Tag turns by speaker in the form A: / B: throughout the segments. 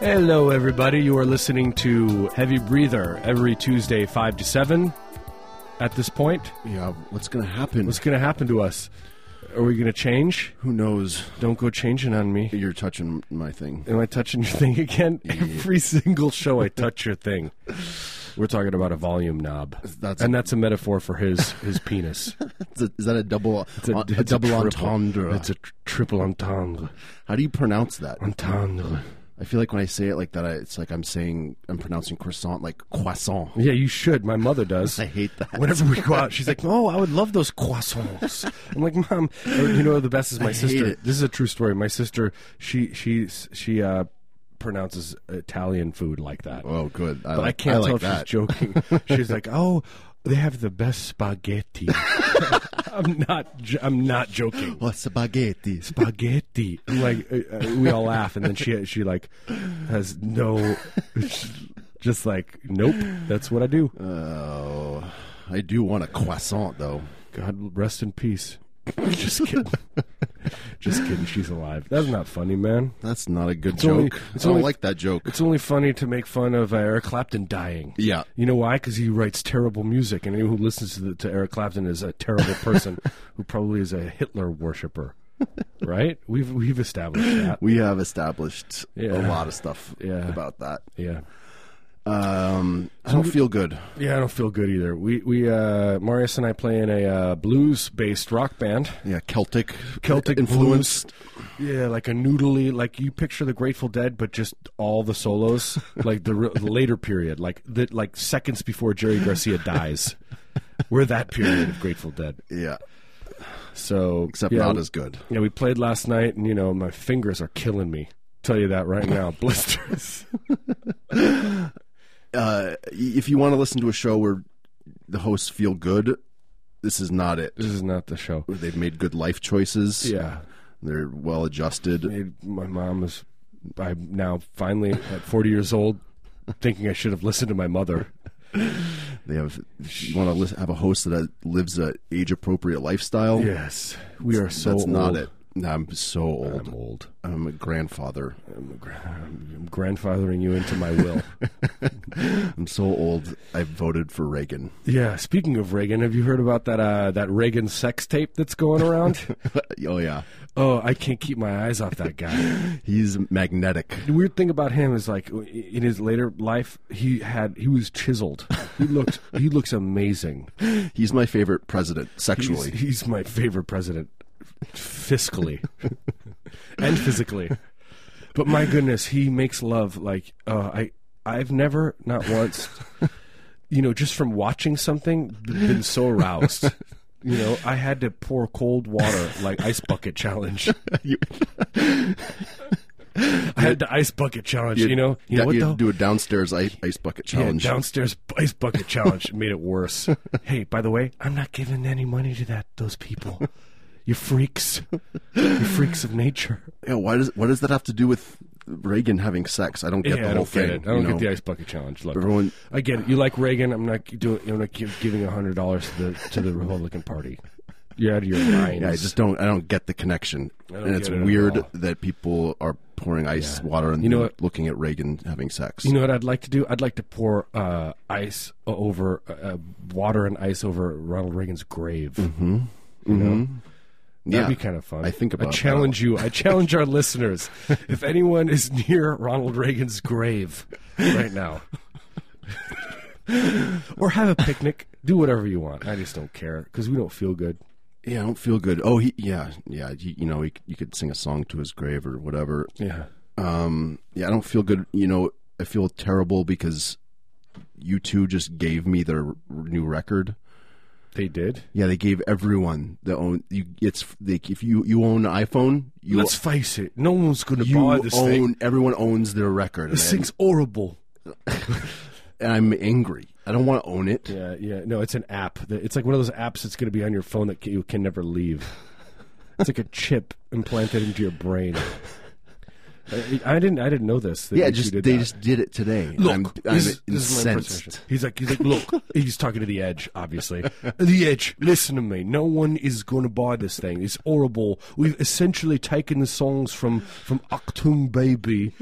A: Hello, everybody. You are listening to Heavy Breather every Tuesday, 5 to 7. At this point,
B: Yeah, what's gonna happen?
A: what's going to happen to us? Are we going to change?
B: Who knows?
A: Don't go changing on me.
B: You're touching my thing.
A: Am I touching your thing again? Every single show, I touch your thing. We're talking about a volume knob,
B: That's-
A: and that's a metaphor for his his penis.
B: Is that- is that a double?
A: It's
B: a,
A: it's
B: double
A: triple-
B: entendre.
A: It's a tr- triple entendre.
B: How do you pronounce that?
A: Entendre.
B: I feel like when I say it like that, I, it's like I'm saying I'm pronouncing croissant like croissant.
A: Yeah, you should. My mother does.
B: I hate that.
A: Whenever we go out, she's like, "Oh, I would love those croissants." I'm like, "Mom, you know the best is my
B: hate
A: sister.
B: it.
A: This is a true story. My sister, she she she uh, pronounces Italian food like that,
B: Oh, good. I,
A: but I
B: like,
A: can't
B: I
A: tell if
B: like that.
A: she's joking. she's like, "Oh, they have the best spaghetti." I'm not. jo- I'm not joking.
B: What's spaghetti?
A: Spaghetti. I'm like uh, uh, we all laugh, and then she she like has no, just like nope. That's what I do.
B: Uh. Oh, I do want a croissant though.
A: God rest in peace. Just kidding. Just kidding. She's alive. That's not funny, man.
B: That's not a good
A: It's
B: joke.
A: only-
B: I
A: it's
B: don't
A: only-
B: like that joke.
A: It's only funny to make fun of uh, Eric Clapton dying.
B: Yeah.
A: You know why? Because he writes terrible music, and anyone who listens to, the, to Eric Clapton is a terrible person who probably is a Hitler worshiper. Right? We've we've established that.
B: We have established a
A: Yeah.
B: lot of stuff
A: Yeah.
B: about that.
A: Yeah.
B: Um, I don't feel good.
A: Yeah, I don't feel good either. We we uh, Marius and I play in a uh, blues based rock band.
B: Yeah, Celtic,
A: Celtic
B: influence.
A: Yeah, like a noodly, like you picture the Grateful Dead, but just all the solos, like the, re- the later period, like the, like seconds before Jerry Garcia dies. We're that period of Grateful Dead.
B: Yeah,
A: So
B: except
A: yeah,
B: not
A: we-
B: as good.
A: Yeah, we played last night, and you know my fingers are killing me. Tell you that right now, blisters.
B: Uh, y- if you want to listen to a show where the hosts feel good, this is not it.
A: this is not the show.
B: They've made good life choices.
A: Yeah,
B: they're well adjusted.
A: It- my mom is. I'm now finally at 40 years old, thinking I should have listened to my mother.
B: They have. if You want to listen, have a host that uh, lives a age appropriate lifestyle.
A: Yes, we are so.
B: that's not
A: old.
B: it. No, I'm so old.
A: I'm old.
B: I'm, a grandfather.
A: I'm, gra- I'm grandfathering you into my will.
B: I'm so old. I voted for Reagan.
A: yeah. Speaking of Reagan, have you heard about that uh, that Reagan sex tape that's going around?
B: oh yeah,
A: oh, I can't keep my eyes off that guy.
B: he's magnetic.
A: The weird thing about him is like in his later life, he had he was chiseled. He looked he looks amazing.
B: He's my favorite president
A: He's,
B: sexually.
A: he's my favorite president, fiscally and physically. But my goodness, he makes love like uh, I I've never not once, you know, just from watching something been so aroused. You know, I had to pour cold water like ice bucket challenge.
B: You-
A: I had the ice bucket challenge.
B: You'd-
A: You know, you know
B: yeah,
A: what
B: you'd
A: though?
B: do a downstairs ice, ice bucket
A: Yeah,
B: challenge.
A: downstairs ice bucket challenge made it worse. hey, by the way, I'm not giving any money to that those people. You freaks, you freaks of nature.
B: Yeah, why does what does that have to do with Reagan having sex? I don't get the
A: I
B: whole
A: don't
B: thing.
A: get it. I don't
B: you
A: get
B: know?
A: the ice bucket challenge. Look,
B: Everyone-
A: I get it. You like Reagan? I'm not doing. I'm not give, giving hundred dollars to the to the Republican Party. You're out of your mind.
B: Yeah, I just don't. I don't get the connection,
A: don't
B: and it's
A: get it at
B: weird
A: all.
B: that people are pouring ice water and
A: You know what-
B: looking at Reagan having sex.
A: You know what I'd like to do? I'd like to pour uh, ice o- over uh, uh, water and ice over Ronald Reagan's grave. Mm-hmm. You know,
B: yeah,
A: that'd be kind of fun.
B: I think about
A: I
B: that.
A: challenge you. I challenge our listeners. If anyone is near Ronald Reagan's grave right now, or have a picnic, do whatever you want. I just don't care because we don't feel good.
B: yeah, I don't feel good. Oh, he, yeah, yeah. You, you know, he, you could sing a song to his grave or whatever.
A: Yeah.
B: Um, yeah, I don't feel good. You know, I feel terrible because you two just gave me their new record.
A: They did.
B: Yeah, they gave everyone the own. You, it's like if you you own an iPhone, you
A: Let's face it, no one's going to
B: you
A: buy this
B: own
A: thing.
B: everyone owns their record.
A: This
B: and,
A: thing's horrible.
B: and I'm angry. I don't want to own it.
A: Yeah, yeah. No, it's an app. That- It's like one of those apps that's going to be on your phone that ca- you can never leave. It's like a chip implanted into your brain. I, I didn't. I didn't know this. that
B: yeah,
A: you
B: just
A: did
B: they
A: that.
B: just did it today.
A: Look,
B: I'm, I'm
A: this, this is my impersonation.
B: incensed.
A: he's like, he's like, look, he's talking to the edge, obviously. the edge, listen to me. No one is going to buy this thing. It's horrible. We've essentially taken the songs from from Octung Baby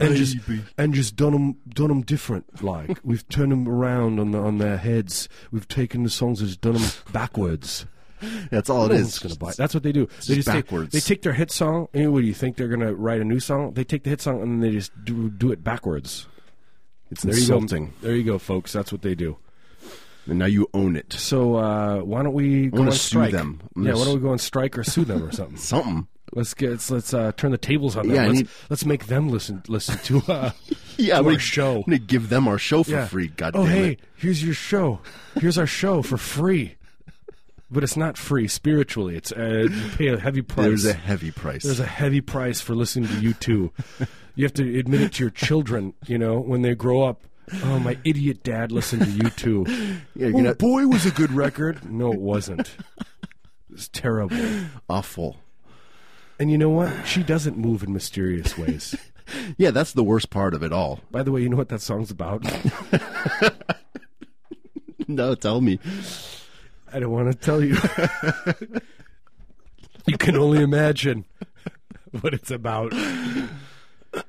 A: and just and just done them different. Like we've turned them around on the, on their heads. We've taken the songs and just done them backwards.
B: That's all it
A: No
B: is.
A: one's gonna buy it. That's what they do. They
B: just
A: just take-
B: backwards.
A: they take their hit song. And what do you think they're gonna write a new song? They take the hit song and then they just do do it backwards.
B: It's
A: There
B: insulting.
A: you go. There you go, folks. That's what they do.
B: And now you own it.
A: So uh, why don't we go
B: wanna
A: on
B: sue
A: strike?
B: them. I'm
A: Yeah,
B: gonna
A: why
B: s-
A: don't we go on strike or sue them or something?
B: Something.
A: let's get let's, let's uh, turn the tables on them.
B: Yeah, I
A: let's,
B: need-
A: let's make them listen listen to uh,
B: Yeah,
A: to
B: we
A: our show.
B: I'm gonna give them our show for
A: Yeah.
B: free. God
A: oh
B: damn
A: hey,
B: it!
A: here's your show. Here's our show for free. But it's not free spiritually. It's uh, you pay a heavy price.
B: There's a heavy price.
A: There's a heavy price for listening to you too. you have to admit it to your children, you know, when they grow up. Oh, my idiot dad listened to you too.
B: Yeah, you're
A: oh,
B: gonna-
A: boy, was a good record. No, it wasn't. It's terrible.
B: Awful.
A: And you know what? She doesn't move in mysterious ways.
B: Yeah, that's the worst part of it all.
A: By the way, you know what that song's about?
B: No, tell me.
A: I don't want to tell you. you can only imagine what it's about.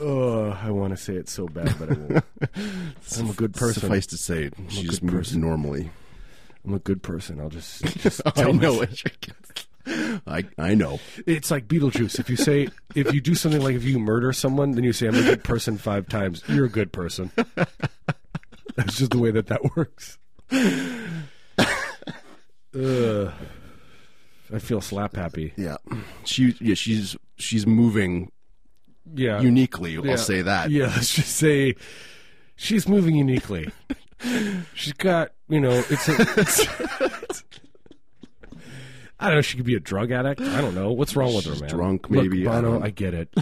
A: oh, I want to say it so bad, but I won't. I'm a good person.
B: Suffice to say, she just
A: good
B: moves normally.
A: I'm a good person. I'll just, just
B: Oh, I
A: tell
B: know
A: myself.
B: what you're- I I know.
A: It's like Beetlejuice. If you say, if you do something like if you murder someone, then you say, I'm a good person five times. You're a good person. That's just the way that that works. Ugh. I feel slap happy.
B: Yeah, she yeah she's she's moving
A: Yeah.
B: uniquely.
A: Yeah.
B: I'll say that.
A: Yeah, let's just say she's moving uniquely. she's got, you know, it's a. It's, I don't know. She could be a drug addict. I don't know. What's wrong with her, man?
B: drunk,
A: Look,
B: maybe. I
A: Bono,
B: don't-
A: I, get it.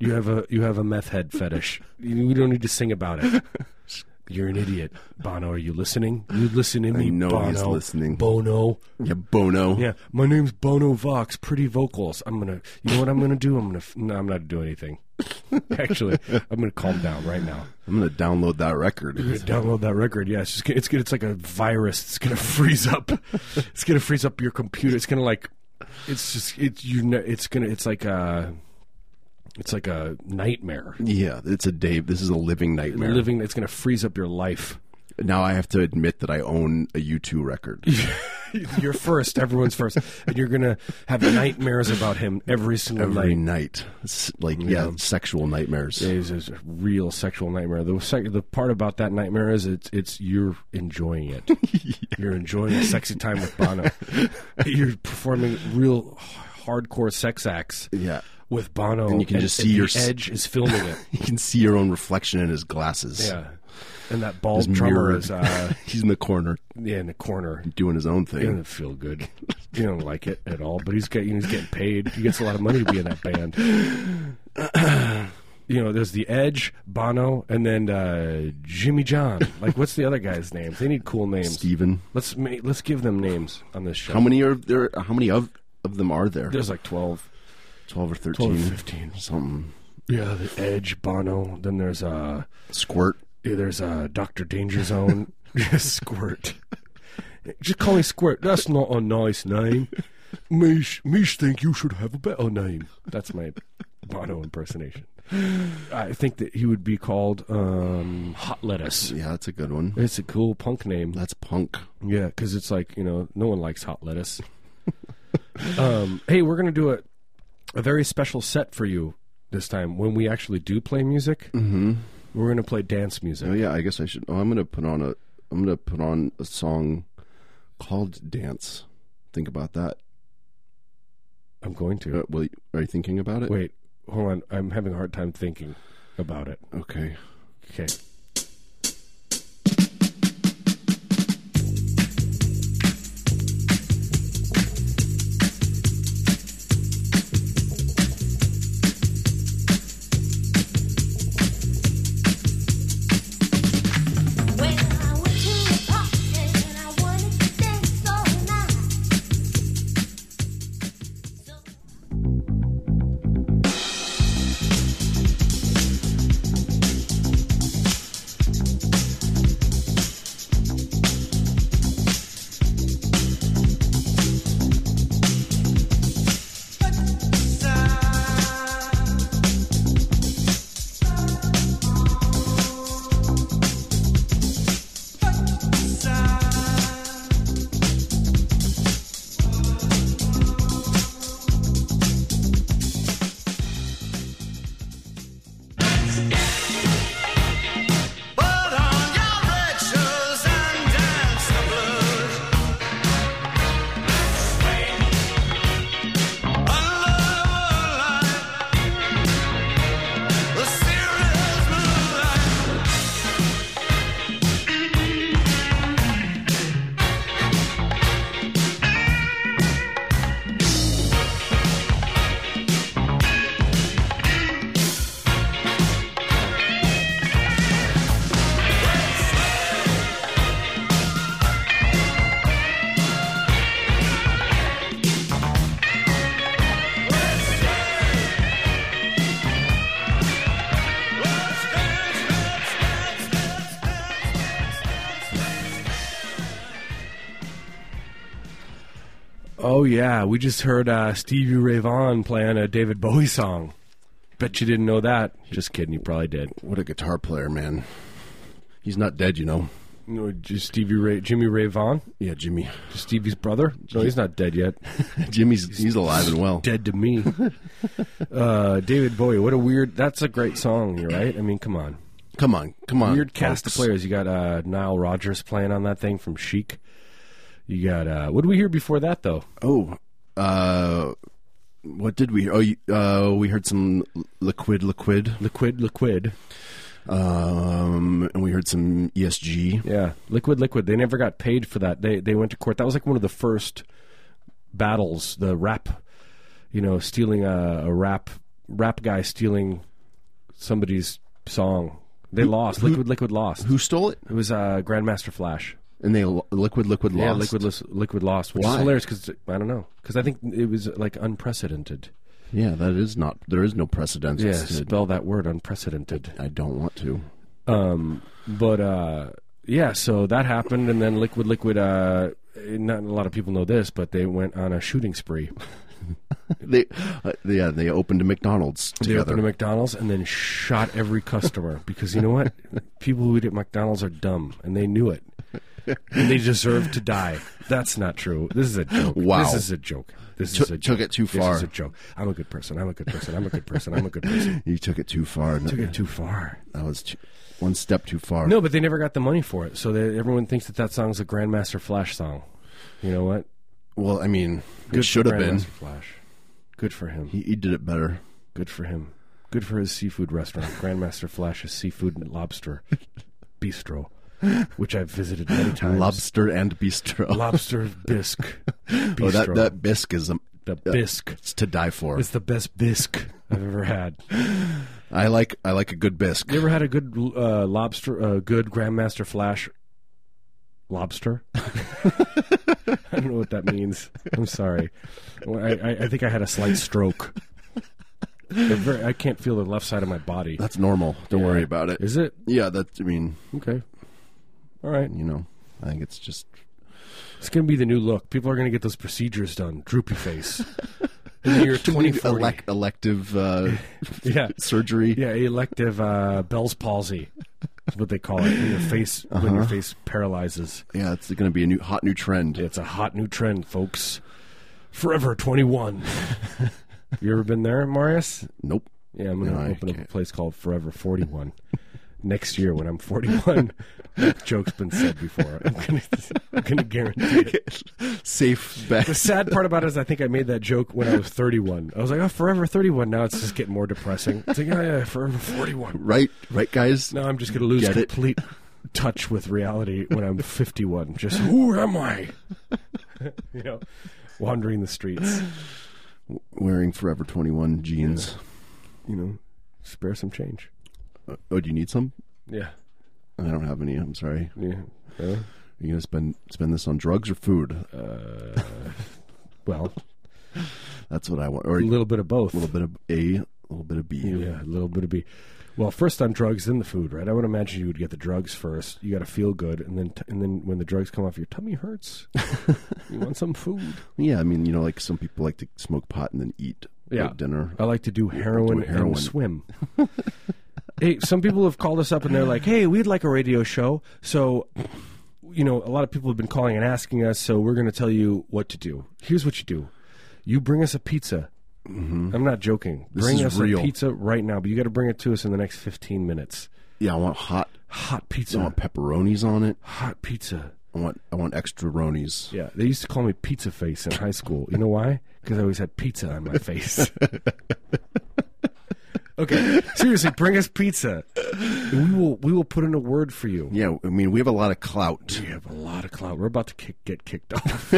A: You have a you have a meth head fetish. You- We don't need to sing about it. You're an idiot, Bono. Are you listening? You listen to me,
B: know
A: Bono.
B: he's listening.
A: Bono.
B: Yeah, Bono.
A: Yeah, my name's Bono Vox. Pretty vocals. I'm gonna. You know what I'm gonna do? I'm gonna. f- No, I'm not gonna do anything. Actually, I'm gonna calm down right now.
B: I'm gonna download that record.
A: I'm gonna download that record. Yeah, it's just gonna- it's gonna- it's like a virus. It's gonna freeze up. It's gonna freeze up your computer. It's gonna like. It's just it's you know it's gonna it's like a. It's like a nightmare.
B: Yeah, it's a Dave. This is a living nightmare.
A: Living. It's gonna freeze up your life.
B: now I have to admit that I own a U2 record.
A: You're first. Everyone's first, and you're gonna have nightmares about him every single night.
B: Every night, S- like yeah, sexual nightmares.
A: is is a real sexual nightmare. The sec- the part about that nightmare is it's it's you're enjoying it. You're enjoying a sexy time with Bono. you're performing real h- hardcore sex acts
B: Yeah.
A: with Bono,
B: And you can just see
A: the
B: your s-
A: edge is filming it.
B: You can see your own reflection in his glasses.
A: Yeah, and that bald
B: He's
A: drummer
B: mirrored.
A: is uh,
B: He's in the corner
A: yeah, in the corner.
B: doing his own
A: He
B: thing.
A: doesn't feel good. He don't like it at all. But he's get, he's getting paid. He gets a lot of money to be in that band. You know, there's the Edge, Bono, and then uh, Jimmy John. Like, what's the other guy's name? They need cool names.
B: Steven.
A: Let's ma- let's give them names on this show.
B: How many are there? How many of of them are there?
A: There's like 12,
B: Twelve or
A: 12
B: thirteen.
A: or 15.
B: Something.
A: Yeah, the Edge, Bono. Then there's uh,
B: Squirt.
A: yeah, there's uh, Doctor Danger Zone, Squirt. Just call me Squirt. That's not a nice name. Mish, Mish, think you should have a better name. That's my Bono impersonation. I think that he would be called um, Hot Lettuce.
B: Yeah, that's a good one.
A: It's a cool punk name.
B: That's punk.
A: Yeah, because it's like you know, no one likes hot lettuce. um, hey, we're gonna do a a very special set for you this time when we actually do play music. Mm-hmm. We're gonna play dance music.
B: Oh yeah, I guess I should. Oh, I'm gonna put on a. I'm gonna put on a song called "Dance." Think about that.
A: I'm going to.
B: Uh, will you, are you thinking about it?
A: Wait, hold on. I'm having a hard time thinking about it.
B: Okay.
A: Okay.
C: When I went to the park and I wanted to dance all night.
A: Oh yeah, we just heard uh, Stevie Ray Vaughan playing a David Bowie song. Bet you didn't know that. Just kidding, you probably did.
B: What a guitar player, man. He's not dead, you know.
A: No, just Stevie Ray, Jimmy Ray Vaughan,
B: Yeah, Jimmy.
A: just Stevie's brother. No, he's not dead yet.
B: Jimmy's he's alive and well.
A: Dead to me. Uh, David Bowie. What a weird. That's a great song, you're right? I mean, come on.
B: Come on, come on.
A: Weird cast of
B: folks.
A: players. You got uh, Nile Rodgers playing on that thing from Chic. You got uh, what did we hear before that though?
B: Oh, uh, what did we? Oh, you- uh, we heard some liquid, liquid,
A: Liquid, liquid.
B: um, and we heard some ESG.
A: Yeah, Liquid Liquid. They never got paid for that. They they went to court. That was like one of the first battles. The rap, you know, stealing a, a rap rap guy stealing somebody's song. They lost. Liquid Liquid lost.
B: Who stole it?
A: It was uh, Grandmaster Flash.
B: And they lo- liquid, liquid lost.
A: Yeah, Liquid Lis- Liquid lost, which is
B: Why?
A: hilarious because I don't know because I think it was like unprecedented.
B: Yeah, that is not. There is no precedent.
A: Yeah, spell that word unprecedented.
B: I don't want to.
A: Um, but uh, yeah, so that happened, and then Liquid Liquid. Uh, not a lot of people know this, but they went on a shooting spree.
B: They, uh, yeah, they opened a McDonald's
A: They
B: together.
A: opened a McDonald's and then shot every customer because you know what? People who eat at McDonald's are dumb, and they knew it. And they deserve to die. That's not true. This is a joke.
B: Wow.
A: This is a joke. This
B: Took-
A: is a joke.
B: took it too far.
A: This is a joke. I'm a good person. I'm a good person. I'm a good person. I'm a good person.
B: you took it too far.
A: took it too far.
B: That was too, one step too far.
A: No, but they never got the money for it, so they, everyone thinks that that song's a Grandmaster Flash song. You know what?
B: Well, I mean,
A: Good
B: it should
A: for
B: have been.
A: Grandmaster Flash. Good for him.
B: He, he did it better.
A: Good for him. Good for his seafood restaurant, Grandmaster Flash's Seafood and Lobster Bistro, which I've visited many times.
B: Lobster and bistro.
A: Lobster bisque. Bistro.
B: Oh, that that bisque is um,
A: the bisque.
B: it's to die for.
A: It's the best bisque I've ever had. You
B: I like I like a good bisque.
A: ever had a good uh, lobster? Uh, good Grandmaster Flash lobster. I don't know what that means. I'm sorry. Well, I, I, I think I had a slight stroke. They're very- I can't feel the left side of my body.
B: That's normal. Don't worry about it.
A: Is it?
B: Yeah, that I mean,
A: Okay. All right.
B: you know, I think it's just
A: It's going to be the new look. People are going to get those procedures done. Droopy face. In the year 2040.
B: elec- elective uh,
A: yeah.
B: surgery.
A: Yeah, elective uh, Bell's palsy is what they call it. When your face, when
B: Uh-huh.
A: your face paralyzes.
B: Yeah, it's going to be a new hot new trend.
A: It's a hot new trend, folks. Forever 21. you ever been there, Marius?
B: Nope.
A: Yeah, I'm going
B: No,
A: to
B: I
A: open up a
B: can't.
A: place called Forever 41. Next year, when I'm 41, that joke's been said before. I'm going to I'm gonna guarantee it.
B: Safe bet.
A: The sad part about it is I think I made that joke when I was 31. I was like, oh, forever 31. Now it's just getting more depressing. It's like, oh, yeah, forever 41.
B: Right, right, guys.
A: Now I'm just going to lose
B: Get it.
A: complete touch with reality when I'm 51. Just, who am I? you know, wandering the streets.
B: Wearing Forever Twenty One jeans.
A: You know, spare some change.
B: Uh, Oh, do you need some?
A: Yeah.
B: I don't have any. I'm sorry.
A: Yeah. Uh,
B: Are you going to spend spend this on drugs or food?
A: well,
B: That's what I want. Or
A: a
B: a little
A: little bit of both.
B: bit of A, a little bit of B.
A: Yeah, a little bit of B. Well, first on drugs, then the food, right? I would imagine you would get the drugs first. You got to feel good, and then t- and then when the drugs come off, your tummy hurts. you want some food?
B: Yeah, I mean, you know, like some people like to smoke pot and then eat
A: Yeah.
B: at dinner.
A: I like to do heroin,
B: heroin.
A: and swim. hey, some people have called us up and they're like, "Hey, we'd like a radio show." So, you know, a lot of people have been calling and asking us, so we're going to tell you what to do. Here's what you do: you bring us a pizza. I'm not joking. bring
B: Mm-hmm. is
A: us
B: real.
A: a pizza right now, but you got to bring it to us in the next 15 minutes.
B: Yeah, I want hot.
A: Hot
B: I
A: pizza.
B: want pepperonis on it.
A: hot pizza.
B: I want I want extra ronies.
A: Yeah, they used to call me Pizza Face in high school. You know why? Because I always had pizza on my face. okay, seriously, bring us pizza. We will we will put in a word for you.
B: Yeah, I mean, we have a lot of clout.
A: We have a lot of clout. We're about to kick, get kicked off.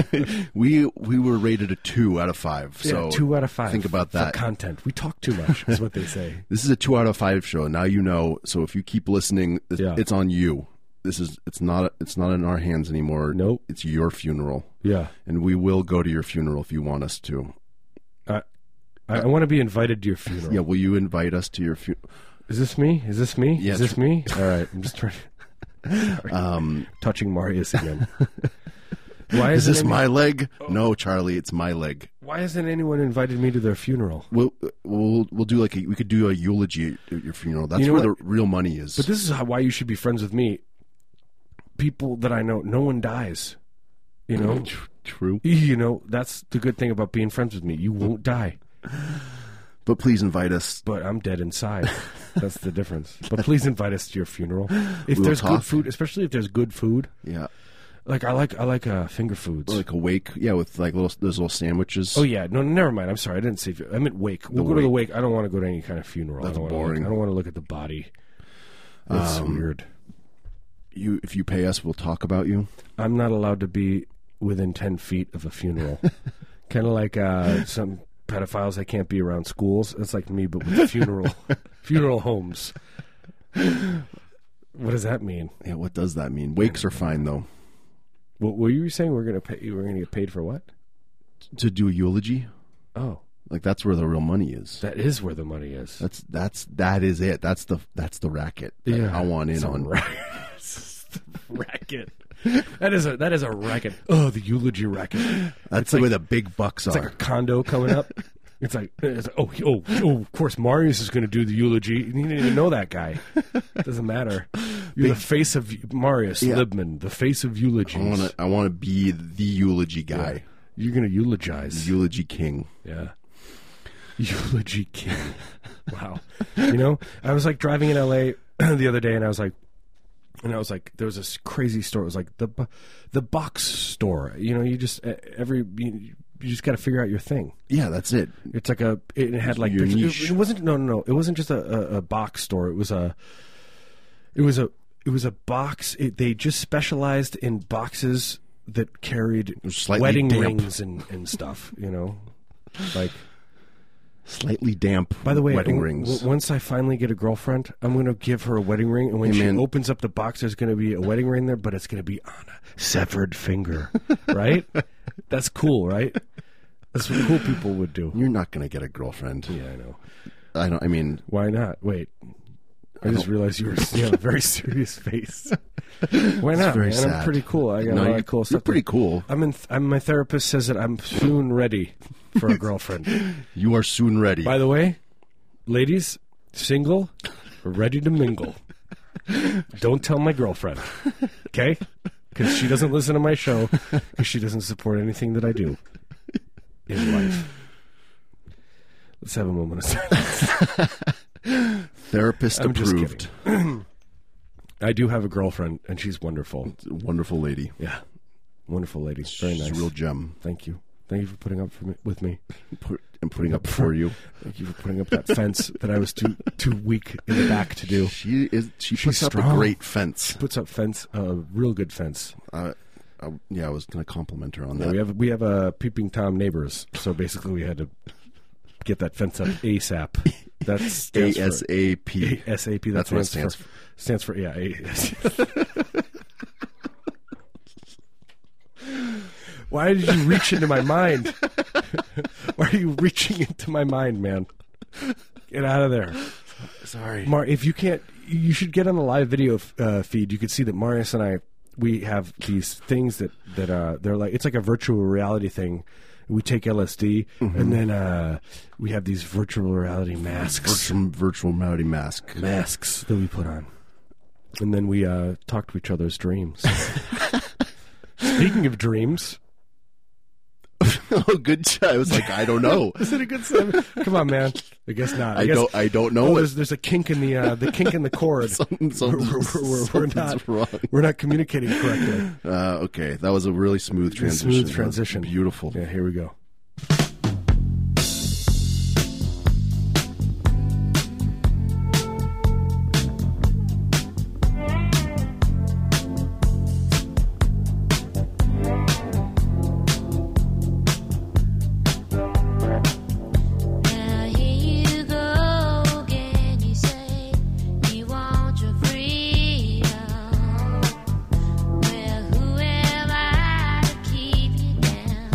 B: we we were rated a two out of five. So
A: yeah, two out of five.
B: Think about
A: for
B: that.
A: content. We talk too much, is what they say.
B: This is a two out of five show. Now you know. So if you keep listening, it-
A: Yeah.
B: it's on you. This is it's not it's not in our hands anymore.
A: Nope.
B: it's your funeral,
A: Yeah,
B: and we will go to your funeral if you want us to.
A: I, I want to be invited to your funeral.
B: Yeah, will you invite us to your funeral?
A: Is this me? Is this me?
B: Yeah,
A: is this me? All right, I'm just trying. Sorry.
B: Um,
A: touching Marius again. Why
B: Is
A: isn't
B: this
A: any-
B: my leg? No, Charlie, it's my leg.
A: Why hasn't anyone invited me to their funeral?
B: We'll we'll, we'll do like a, we could do a eulogy at your funeral. That's
A: You know
B: where
A: what?
B: the real money is.
A: But this is how, why you should be friends with me. People that I know, no one dies. You know,
B: Tr- True.
A: you know that's the good thing about being friends with me. You won't die,
B: But please invite us.
A: but I'm dead inside. That's the difference. But please invite us to your funeral. If
B: We'll
A: there's
B: talk.
A: good food, especially if there's good food,
B: Yeah,
A: like I like I like uh, finger foods.
B: like a wake. Yeah, with like little those little sandwiches.
A: Oh yeah, no, never mind. I'm sorry, I didn't see. I meant wake. We'll go to the wake. I don't want to go to any kind of funeral.
B: That's
A: I don't wanna
B: boring. Um,
A: Look, I don't want to look at the body. That's weird.
B: You if you pay us, we'll talk about you.
A: I'm not allowed to be within ten feet of a funeral. kind of like uh, some pedophiles. I can't be around schools. That's like me, but with funeral funeral homes. What does that mean?
B: Yeah, what does that mean? Wakes are fine though.
A: What were you saying? We're gonna pay. We're gonna get paid for what?
B: To do a eulogy,
A: Oh,
B: like that's where the real money is.
A: that is where the money is.
B: That's that's that is it. That's the that's the racket. that I want in
A: It's a
B: on.
A: ra- it's the racket. That is a that is a racket. Oh, the eulogy racket.
B: That's the way the big bucks
A: It's like
B: are.
A: a condo coming up. It's like, it's like, oh, he- oh, oh, of course, Marius is going to do the eulogy. You didn't even know that guy. Doesn't matter. You're the face of Marius
B: Yeah.
A: Libman, the face of eulogies.
B: I want to I want to be the eulogy guy,
A: You're going to eulogize.
B: eulogy king.
A: Yeah. Eulogy King. wow. You know, I was like driving in LA the other day and I was like, and I was like, there was this crazy store. It was like the bo- the box store. You know, you just e- every you, you just got to figure out your thing.
B: Yeah, that's it.
A: It's like a it had like
B: Your
A: pictures-
B: niche.
A: It, it wasn't no no no. It wasn't just a, a, a box store. It was a it was a it was a box. It, they just specialized in boxes that carried
B: was slightly
A: wedding
B: damp.
A: rings and, and stuff. You know, like
B: Slightly damp.
A: by the way,
B: wedding
A: w-
B: rings.
A: w- once I finally get a girlfriend, I'm going to give her a wedding ring, and when
B: Hey,
A: she
B: man.
A: opens up the box, there's going to be a wedding ring there, but it's going to be on a severed finger, right? That's cool, right? That's what cool people would do.
B: You're not gonna get a girlfriend.
A: Yeah, I know.
B: I don't. I mean,
A: Why not? Wait, I, just realized you were you have a very serious face. Why not?
B: very
A: man?
B: sad.
A: I'm pretty cool. I got a
B: no,
A: lot
B: you're,
A: of cool
B: you're
A: stuff.
B: pretty cool.
A: I'm in. Th- I'm, my therapist says that I'm soon ready for a girlfriend.
B: You are soon ready.
A: By the way, ladies, single, ready to mingle. Don't tell my girlfriend, okay? Because she doesn't listen to my show, because she doesn't support anything that I do in life. Let's have a moment of silence.
B: Therapist
A: I'm just
B: approved.
A: I do have a girlfriend, and she's wonderful.
B: Wonderful lady.
A: Yeah, wonderful lady. Very
B: She's
A: nice.
B: a real gem.
A: Thank you. Thank you for putting up for me, with me.
B: Put, I'm putting up for you.
A: Thank you for putting up that fence that I was too too weak in the back to do.
B: She is. She
A: She's
B: puts up a
A: strong.
B: great fence.
A: Puts up fence, a real good fence.
B: Uh, I, yeah, I was gonna compliment her on
A: Yeah,
B: that.
A: we have we have uh, peeping tom neighbors, so basically we had to get that fence up ASAP. That's
B: A
A: ASAP.
B: S A P.
A: ASAP. That
B: That's what it stands
A: stands for. Stands for yeah. AS. Why did you reach into my mind? Why are you reaching into my mind, man? Get out of there,
B: Sorry.
A: Mar. If you can't, you should get on the live video uh, feed. You could see that Marius and I we have these things that that uh, they're like it's like a virtual reality thing. We take LSD and then uh, we have these virtual reality masks
B: Virtual, virtual reality mask.
A: masks that we put on. And then we uh, talk to each other's dreams. Speaking of dreams,
B: oh, good. ch- I was like, I don't know.
A: is it a good seven? Come on, man. I guess not.
B: I
A: guess,
B: don't. I don't know.
A: Oh,
B: what
A: there's, there's a kink in the uh, the kink in the cord.
B: something,
A: we're,
B: something,
A: we're, we're, we're
B: something's
A: not
B: wrong.
A: we're not communicating correctly.
B: Uh, okay, that was a really smooth transition.
A: Smooth
B: That was
A: transition.
B: Beautiful.
A: Yeah, here we go.
C: Now here you go again. You say you want your freedom. Well, who am I to keep you down?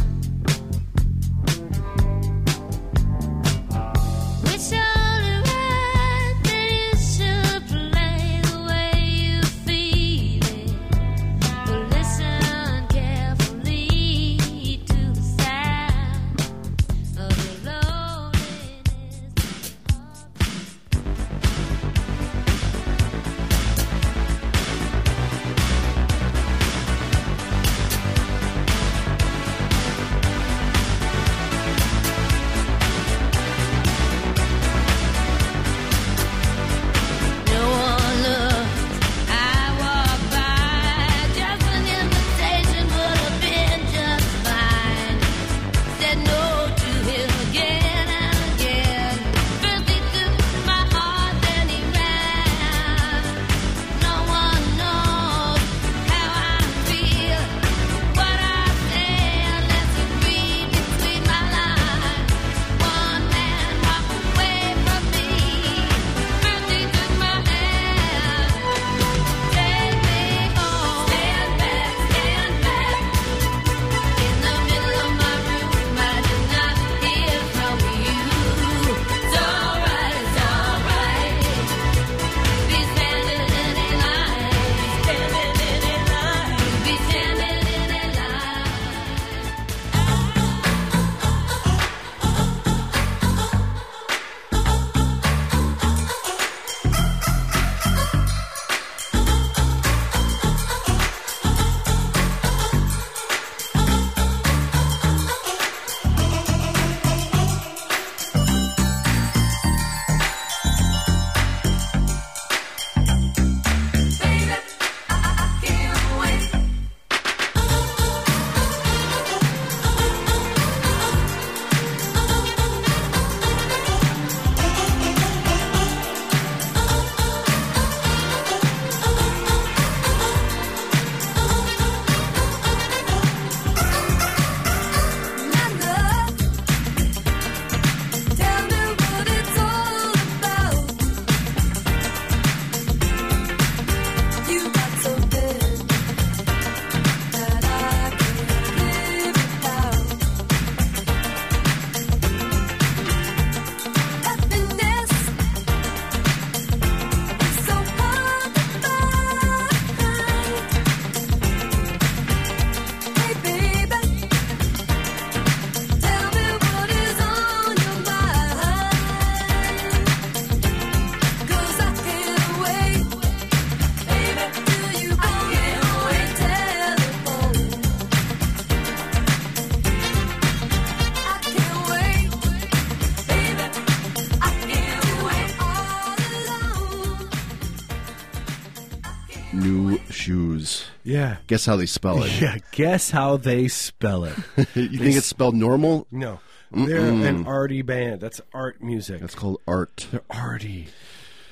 B: shoes.
A: Yeah.
B: Guess how they spell it.
A: Yeah. Guess how they spell it.
B: you think it's spelled normal?
A: No. They're an arty band. That's art music.
B: That's called art.
A: They're arty.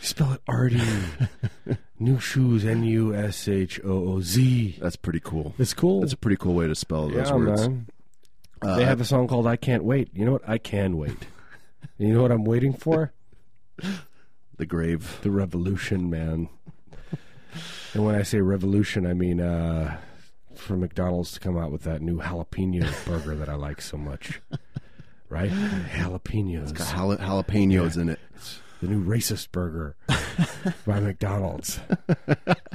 A: You spell it arty. New shoes. N U S H O O Z.
B: That's pretty cool.
A: It's cool.
B: That's a pretty cool way to spell those words. Uh,
A: man. they have a song called "I Can't Wait." You know what? I can wait. you know what I'm waiting for?
B: The grave.
A: The revolution, man. and when I say revolution, I mean uh, for McDonald's to come out with that new jalapeno burger that I like so much. Right? Jalapenos.
B: Got jala- jalapenos in it.
A: the new racist burger by McDonald's.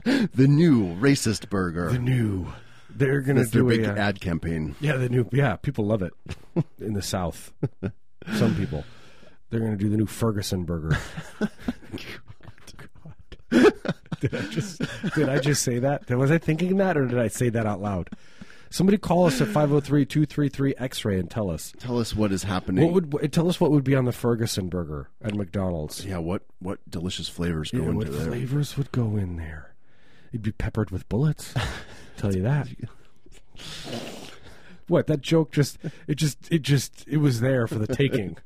B: The new racist burger.
A: The new. They're gonna
B: That's their
A: do
B: big
A: a, uh,
B: ad campaign.
A: yeah the new yeah people love it in the South. Some people they're gonna do the new Ferguson burger. did I just did I just say that? Was I thinking that or did I say that out loud? Somebody call us at 503-233-X-ray and tell us
B: Tell us what is happening.
A: what would tell us what would be on the Ferguson burger at McDonald's.
B: yeah, what what delicious flavors go
A: Yeah,
B: into
A: what
B: there?
A: flavors would go in there? It'd be peppered with bullets. tell you that. What that joke just it just it just it was there for the taking.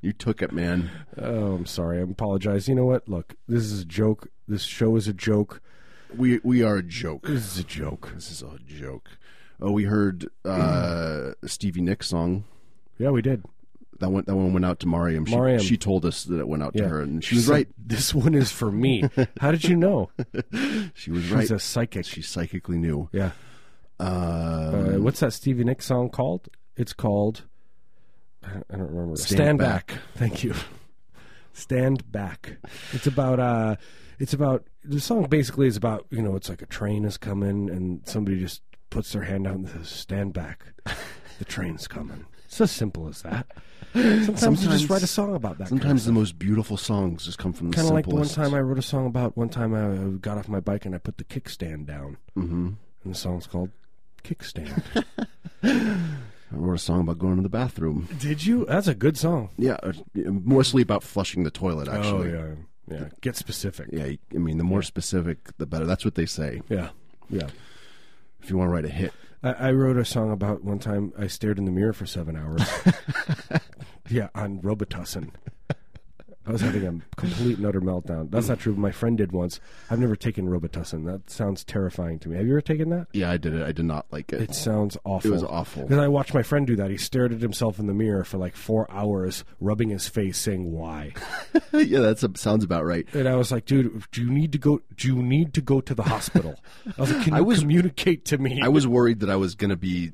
B: You took it, man.
A: oh, I'm sorry. I apologize. You know what? Look, this is a joke. This show is a joke.
B: We we are a joke.
A: This is a joke.
B: This is a joke. Oh, we heard uh,
A: Mm.
B: Stevie Nicks song.
A: Yeah, we did.
B: That one that one went out to Mariam. She,
A: Mariam.
B: she told us that it went out
A: Yeah.
B: to her, and she
A: She's
B: was
A: like,
B: right.
A: This one is for me. How did you know?
B: She was right.
A: She's a psychic.
B: She psychically knew.
A: Yeah.
B: Uh,
A: Uh, what's that Stevie Nicks song called? It's called. I don't- I don't remember. Stand,
B: Back.
A: Thank you. Stand back. It's about. uh It's about the song. Basically, is about you know. It's like a train is coming, and somebody just puts their hand out and says, "Stand back." The train's coming. It's as simple as that. Sometimes, you just
B: Sometimes-
A: write a song about that. kind of
B: sometimes the most beautiful songs just come from the
A: kind of like the one
B: simplest.
A: time I wrote a song about one time I uh, got off my bike and I put the kickstand down, mm-hmm. and the song's called "Kickstand."
B: I wrote a song about going to the bathroom.
A: Did you? That's a good song.
B: Yeah, uh, mostly about flushing the toilet. Actually,
A: oh yeah, yeah. Get specific.
B: yeah. I mean, the more specific, the better. That's what they say.
A: yeah, yeah.
B: If you want to write a hit,
A: I, I wrote a song about one time I stared in the mirror for seven hours. yeah, on Robitussin. I was having a complete and utter meltdown. That's not true. My friend did once. I've never taken Robitussin. That sounds terrifying to me. Have you ever taken that?
B: yeah, I did it. I did not like it.
A: It sounds awful.
B: it was awful.
A: Because I watched my friend do that. He stared at himself in the mirror for like four hours, rubbing his face, saying "Why."
B: yeah, that sounds about right.
A: And I was like, "Dude, do you need to go? Do you need to go to the hospital?" I was like, "Can you communicate to me?"
B: I was worried that I was gonna be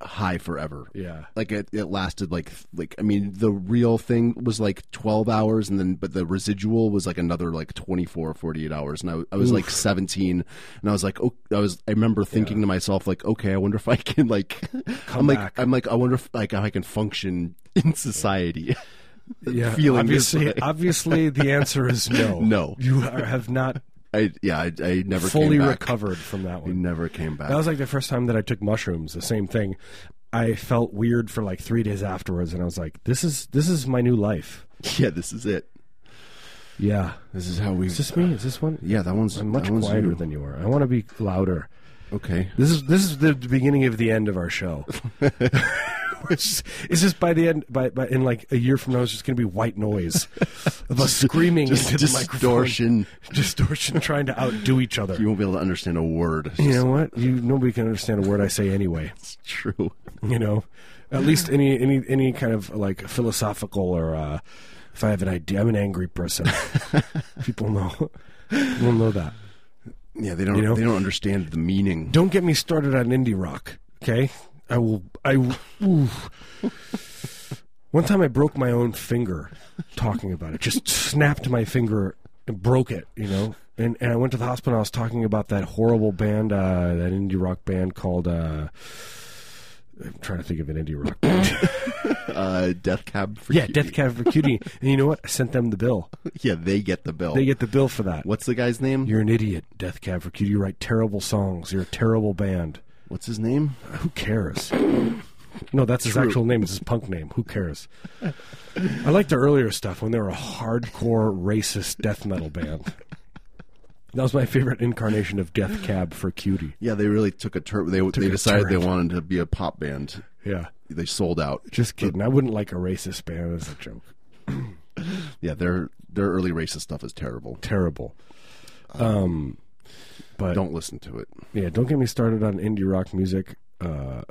B: high forever.
A: yeah,
B: Like it, it lasted like like I mean the real thing was like twelve hours and then but the residual was like another like 24 or 48 hours and I, w- I was like seventeen and I was like oh I was I remember thinking to myself like okay I wonder if I can like I'm
A: back.
B: like I'm like I wonder if like how I can function in society
A: yeah.
B: feeling this
A: obviously,
B: way.
A: obviously, the answer is no.
B: No.
A: you are, have not
B: I yeah I, I never
A: fully
B: came back.
A: recovered from that
B: I
A: one.
B: never came back
A: That was like the first time that I took mushrooms. The same thing. I felt weird for like three days afterwards, and I was like, "This is this is my new life."
B: yeah this is it
A: Yeah.
B: this is how we
A: Is this me? Is this one?
B: yeah that one's
A: I'm much
B: that one's
A: quieter
B: you.
A: than you are. I want to be louder.
B: okay
A: This is this is the beginning of the end of our show. It's it's just by the end, by, by in like a year from now, it's just going to be white noise of us screaming
B: just
A: into the microphone,
B: distortion.
A: distortion, trying to outdo each other.
B: You
A: You,
B: won't be able to understand a word. It's
A: know what? You nobody can understand a word I say anyway.
B: just true.
A: You know, at least any any any kind of like philosophical or uh, if I have an idea, I'm an angry person. People know, people know that.
B: Yeah, they don't.
A: You know?
B: They don't understand the meaning.
A: Don't get me started on indie rock, okay? I will. I. will- Oof. One time I broke my own finger talking about it. Just snapped my finger and broke it, you know? And, and I went to the hospital and I was talking about that horrible band, uh, that indie rock band called. Uh, I'm trying to think of an indie rock band.
B: Uh, death cab. For
A: yeah,
B: Cutie.
A: Death Cab for Cutie. And you know what? I sent them the bill.
B: Yeah, they get the bill.
A: They get the bill for that.
B: What's the guy's name?
A: You're an idiot, Death Cab for Cutie. You write terrible songs. You're a terrible band.
B: What's his name?
A: Who cares? No, that's his actual name. It's his punk name. Who cares? I like their earlier stuff when they were a hardcore racist death metal band. That was my favorite incarnation of Death Cab for Cutie.
B: Yeah, they really took a turn. They they
A: a
B: decided they
A: turn.
B: wanted to be a pop band.
A: Yeah.
B: They sold out.
A: Just kidding. I wouldn't like a racist band as a joke.
B: Yeah, their their early racist stuff is terrible.
A: Terrible. Um, but
B: Don't listen to it.
A: yeah, don't get me started on indie rock music. Uh,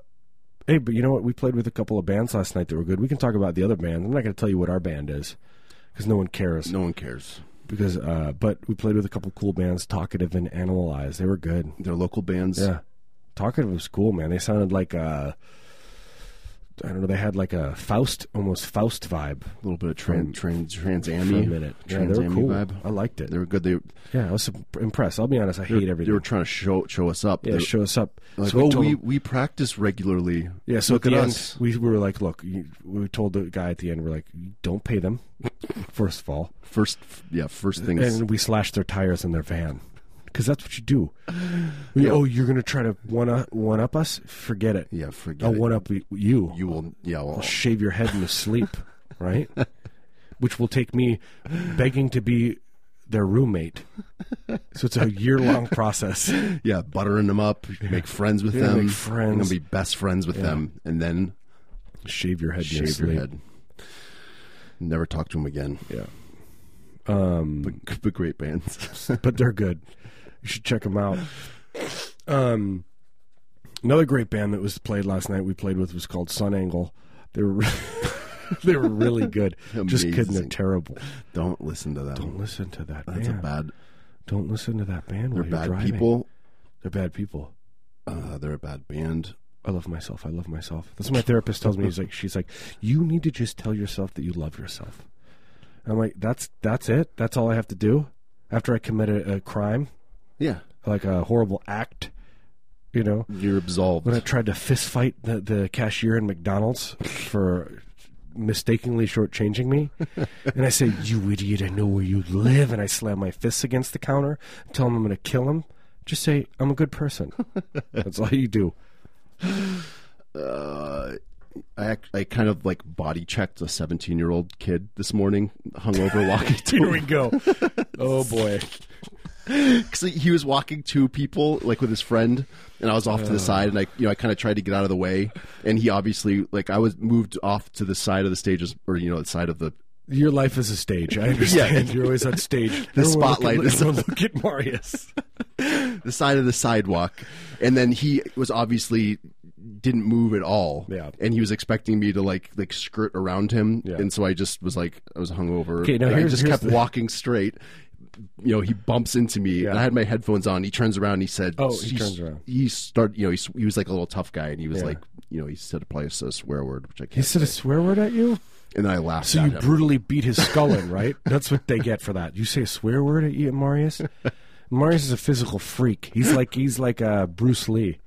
A: hey, but you know what? We played with a couple of bands last night that were good. We can talk about the other bands. I'm not going to tell you what our band is because no one cares.
B: No one cares.
A: Because, uh, but we played with a couple cool bands, Talkative and Animal Eyes. They were good.
B: They're local bands.
A: Yeah. Talkative was cool, man. They sounded like uh I don't know, they had like a Faust almost Faust vibe
B: A little bit of trans trans trans
A: for a minute. Yeah, they were cool.
B: vibe.
A: I liked it.
B: They were good. They
A: Yeah, I was imp- impressed. I'll be honest, I hate
B: they
A: everything.
B: were trying to show show us up.
A: yeah,
B: They-
A: show us up.
B: like,
A: so we
B: oh,
A: told
B: we,
A: them-
B: we practice regularly.
A: yeah, so
B: look
A: at the
B: at
A: end,
B: us.
A: we, we were like, look, you, we told the guy at the end, we're like, don't pay them, first of all,
B: First, yeah, first things.
A: and we slashed their tires in their van, because that's what you do. We- Oh, you're gonna try to one up, one up us? Forget it.
B: yeah, forget.
A: I'll
B: it.
A: one up you.
B: you will. Yeah, well,
A: shave your head in your sleep, right? Which will take me begging to be their roommate. So it's a year long process.
B: yeah, buttering them up, make friends with
A: Yeah,
B: them,
A: make friends.
B: You're gonna be best friends with them, and then
A: Shave your head in your
B: shave
A: sleep.
B: your head. Never talk to them again.
A: Yeah. Um,
B: But, but great bands.
A: but they're good. You should check them out. Um, another great band that was played last night we played with was called Sun Angle. They were re- they were really good. Just kidding, they're
B: Amazing.
A: terrible.
B: Don't listen to them.
A: Don't listen to that
B: That's
A: band.
B: a bad.
A: Don't listen to that band.
B: They're
A: while you're
B: bad
A: driving.
B: people.
A: They're bad people.
B: Uh, they're a bad band.
A: I love myself. I love myself. That's what my therapist tells me. He's like, she's like, you need to just tell yourself that you love yourself. I'm like, that's that's it. That's all I have to do. After I commit a, a crime,
B: Yeah,
A: like a horrible act, you know,
B: you're absolved.
A: when I tried to fist fight the, the cashier in McDonald's for mistakenly shortchanging me, and I said, "You idiot! I know where you live," and I slam my fists against the counter, tell him I'm going to kill him. Just say, "I'm a good person." that's all you do.
B: uh, I act, I kind of like body checked a 17 year old kid this morning, hungover walking
A: Here
B: to
A: we go. Oh boy.
B: because he was walking to people like with his friend, and I was off to the side, and I you know I kind of tried to get out of the way, and he obviously like I was moved off to the side of the stages or you know the side of the
A: Your life is a stage. I understand. You're always on stage.
B: The
A: Everyone look at-
B: spotlight is-
A: everyone Look at Marius.
B: the side of the sidewalk, and then he was obviously didn't move at all.
A: Yeah.
B: and he was expecting me to like like skirt around him,
A: Yeah.
B: and so I just was like I was hungover.
A: Okay, now
B: and I
A: here's-
B: just
A: here's
B: kept
A: the-
B: walking straight. You know, he bumps into me, and I had my headphones on. He turns around. And he said,
A: Oh, he
B: he's-
A: turns around.
B: He started. You know, he, s- he was like a little tough guy, and he was
A: Yeah.
B: like, you know, he said probably a swear word, which I
A: He
B: can't.
A: said a swear word at you?
B: and then I laughed.
A: So
B: at
A: you
B: him.
A: brutally beat his skull in, right? That's what they get for that. You say a swear word at you, Marius? Marius is a physical freak. He's like he's like uh, Bruce Lee.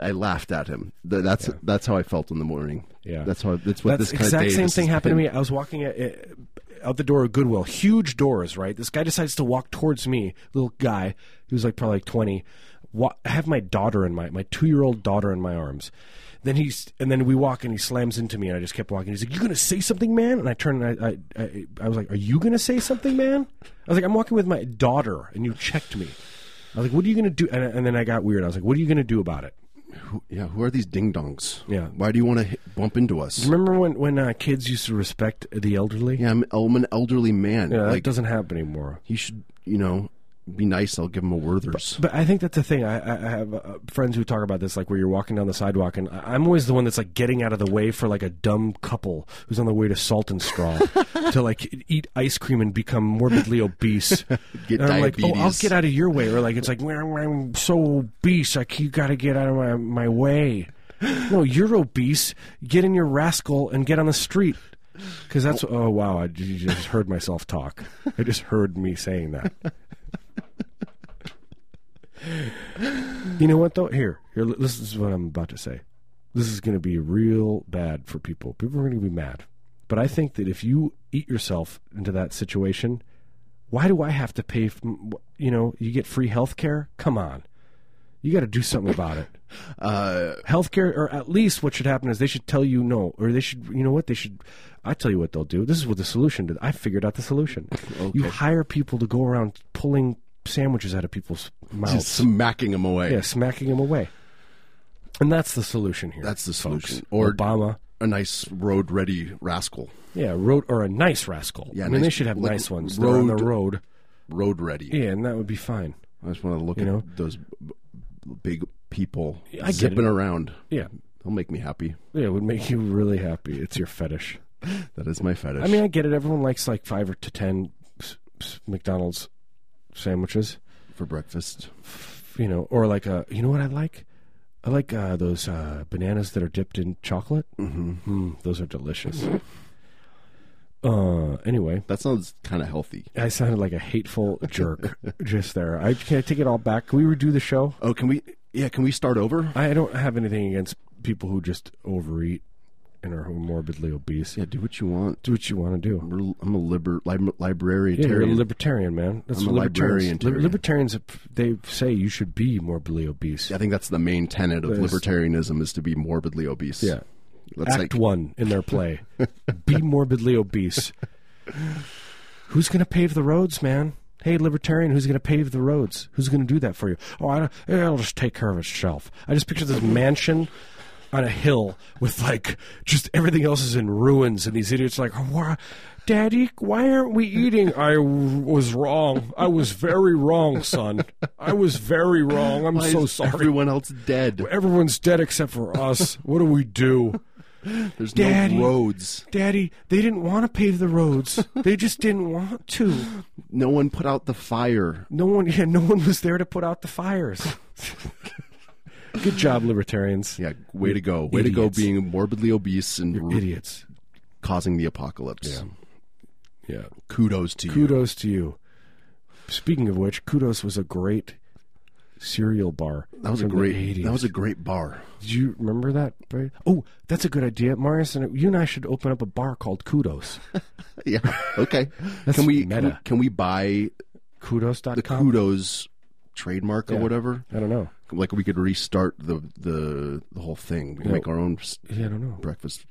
B: I laughed at him. Th- That's that's how I felt in the morning.
A: Yeah.
B: that's how. That's what
A: That's
B: this kind
A: exact
B: of day,
A: same
B: this
A: thing
B: has
A: happened
B: been.
A: to me. I was walking at, uh, out the door of Goodwill, huge doors, right? This guy decides to walk towards me, little guy. He was like probably like twenty. Wa- I have my daughter in my my two year old daughter in my arms. Then he's and then we walk and he slams into me and I just kept walking. He's like, "You gonna say something, man?" And I turned and I I, I, I was like, "Are you gonna say something, man?" I was like, "I'm walking with my daughter," and you checked me. I was like, "What are you gonna do?" And, and then I got weird. I was like, "What are you gonna do about it?"
B: Who- Yeah, who are these ding dongs?
A: Yeah.
B: why do you want to bump into us?
A: Remember when when uh, kids used to respect the elderly?
B: Yeah, I'm, I'm an elderly man.
A: Yeah, that
B: like
A: doesn't happen anymore.
B: he should, you know, be nice. I'll give him a Werther's.
A: But I think that's the thing. I, I I have uh, friends who talk about this, like where you're walking down the sidewalk, and I- I'm always the one that's like getting out of the way for like a dumb couple who's on the way to Salt and Straw to like eat ice cream and become morbidly obese.
B: Get
A: and I'm like, oh, I'll
B: diabetes."
A: get out of your way, or like it's like "Well, I'm so obese, like you got to get out of my my way. No, you're obese. Get in your rascal and get on the street. Because that's oh wow, I j- just heard myself talk. I just heard me saying that. You know what though? Here, here. li- This is what I'm about to say. This is going to be real bad for people. People are going to be mad. But I think that if you eat yourself into that situation, why do I have to pay? f- m- wh- you know, you get free health care. Come on, you got to do something about it.
B: Uh,
A: Healthcare, or at least what should happen is they should tell you no, or they should, you know what, they should. I tell you what they'll do. This is what the solution. to I figured out the solution. You hire people to go around pulling sandwiches out of people's
B: Just
A: mouths.
B: smacking them away.
A: Yeah, smacking them away. And that's the solution here.
B: That's the
A: folks.
B: solution. Or-
A: Obama.
B: A nice road ready rascal.
A: Yeah, road or a nice rascal.
B: Yeah,
A: I mean,
B: nice-
A: they should have
B: like,
A: nice ones. They're on the
B: road-
A: road.
B: Road ready.
A: Yeah, and that would be fine.
B: I just want to look
A: You
B: at
A: know?
B: those b- big people
A: I get
B: zipping
A: it.
B: around.
A: Yeah,
B: They'll make me happy.
A: yeah, it would make you really happy. It's your fetish.
B: That is my fetish.
A: I mean, I get it. Everyone likes like five or to ten s- s- McDonald's sandwiches,
B: for breakfast.
A: you know, or like a. You know what I like? I like uh, those uh, bananas that are dipped in chocolate. Mm-hmm. Mm, those are delicious. uh, anyway,
B: That sounds kind of healthy.
A: I sounded like a hateful jerk just there. I can I take it all back. Can we redo the show?
B: Oh, can we? Yeah, can we start over?
A: I don't have anything against people who just overeat and are morbidly obese.
B: Yeah, do what you want.
A: Do what you want to do.
B: We're- I'm a liber lib- librarian.
A: Yeah, you're a libertarian, man. That's
B: I'm a
A: what libertarians.
B: libertarian.
A: Li- libertarians, they say you should be morbidly obese.
B: I think that's the main tenet of
A: There's-
B: libertarianism is to be morbidly obese.
A: Yeah.
B: that's
A: Act
B: like
A: one in their play. be morbidly obese. Who's going to pave the roads, man? Hey, libertarian, who's going to pave the roads? Who's going to do that for you? Oh, I don't, it'll just take care of itself. I just picture this mansion on a hill with like just everything else is in ruins, and these idiots are like, "Why- Daddy, why aren't we eating? I w- was wrong. I was very wrong, son. I was very wrong. I'm
B: Why
A: so
B: is
A: sorry.
B: Everyone else dead.
A: Everyone's dead except for us. What do we do?
B: There's
A: Daddy.
B: no roads.
A: Daddy, they didn't want to pave the roads. they just didn't want to.
B: No one put out the fire.
A: No one, yeah, no one was there to put out the fires. Good job, libertarians.
B: Yeah, way to go. Way to go
A: Idiots.
B: being morbidly obese and r-
A: Idiots.
B: causing the apocalypse.
A: Yeah.
B: Kudos to you.
A: Kudos to you. Speaking of which, Kudos was a great cereal bar.
B: That was a
A: from the
B: great
A: 80s.
B: that was a great bar.
A: Do you remember that? Barry? Oh, that's a good idea, Marius. And you and I should open up a bar called Kudos.
B: Yeah. Okay.
A: That's
B: can we
A: meta.
B: can we- can we buy the
A: Kudos.com.
B: kudos trademark or
A: Yeah.
B: whatever?
A: I don't know.
B: Like we could restart the the, the whole thing. We can
A: Yeah.
B: make our own s-
A: Yeah, I don't know.
B: breakfast.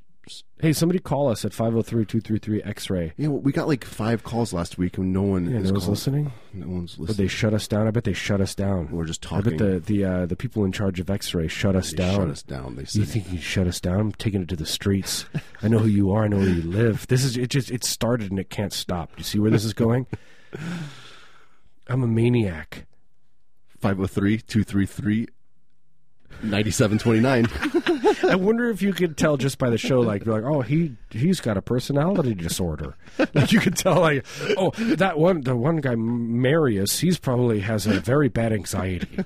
A: Hey, somebody call us at 503-233-X-Ray.
B: Yeah, well, we got like five calls last week, and no one
A: Yeah,
B: is
A: no one's
B: call-
A: listening.
B: No one's
A: But
B: listening.
A: they shut us down. I bet they shut us down.
B: We're just
A: I bet
B: talking.
A: the the uh, the people in charge of X-ray shut us
B: They
A: down.
B: shut us down. They said,
A: You think you shut us down? I'm taking it to the streets. I know who you are. I know where you live. This is it. Just it started and it can't stop. You see where this is going? I'm a maniac.
B: 503 233 9729.
A: I wonder if you could tell just by the show, like, you're like, oh, he he's got a personality disorder. Like you could tell, like, oh, that one, the one guy, Marius, he's probably has a very bad anxiety.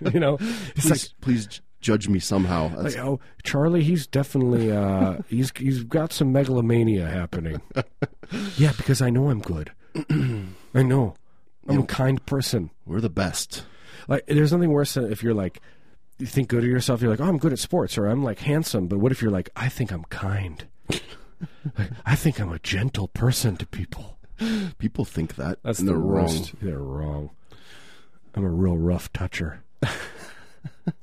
A: you know, it's
B: Please,
A: like,
B: please j- judge me somehow. That's-
A: like, oh, Charlie, he's definitely uh, he's he's got some megalomania happening. yeah, because I know I'm good. I know I'm a kind person.
B: we're the best.
A: Like, there's nothing worse than if you're like, you think good of yourself. You're like, oh, I'm good at sports, or I'm like handsome. But what if you're like, I think I'm kind. Like, I think I'm a gentle person to people.
B: People think that.
A: That's
B: and
A: the
B: they're
A: worst. They're wrong. I'm a real rough toucher.
B: wrong.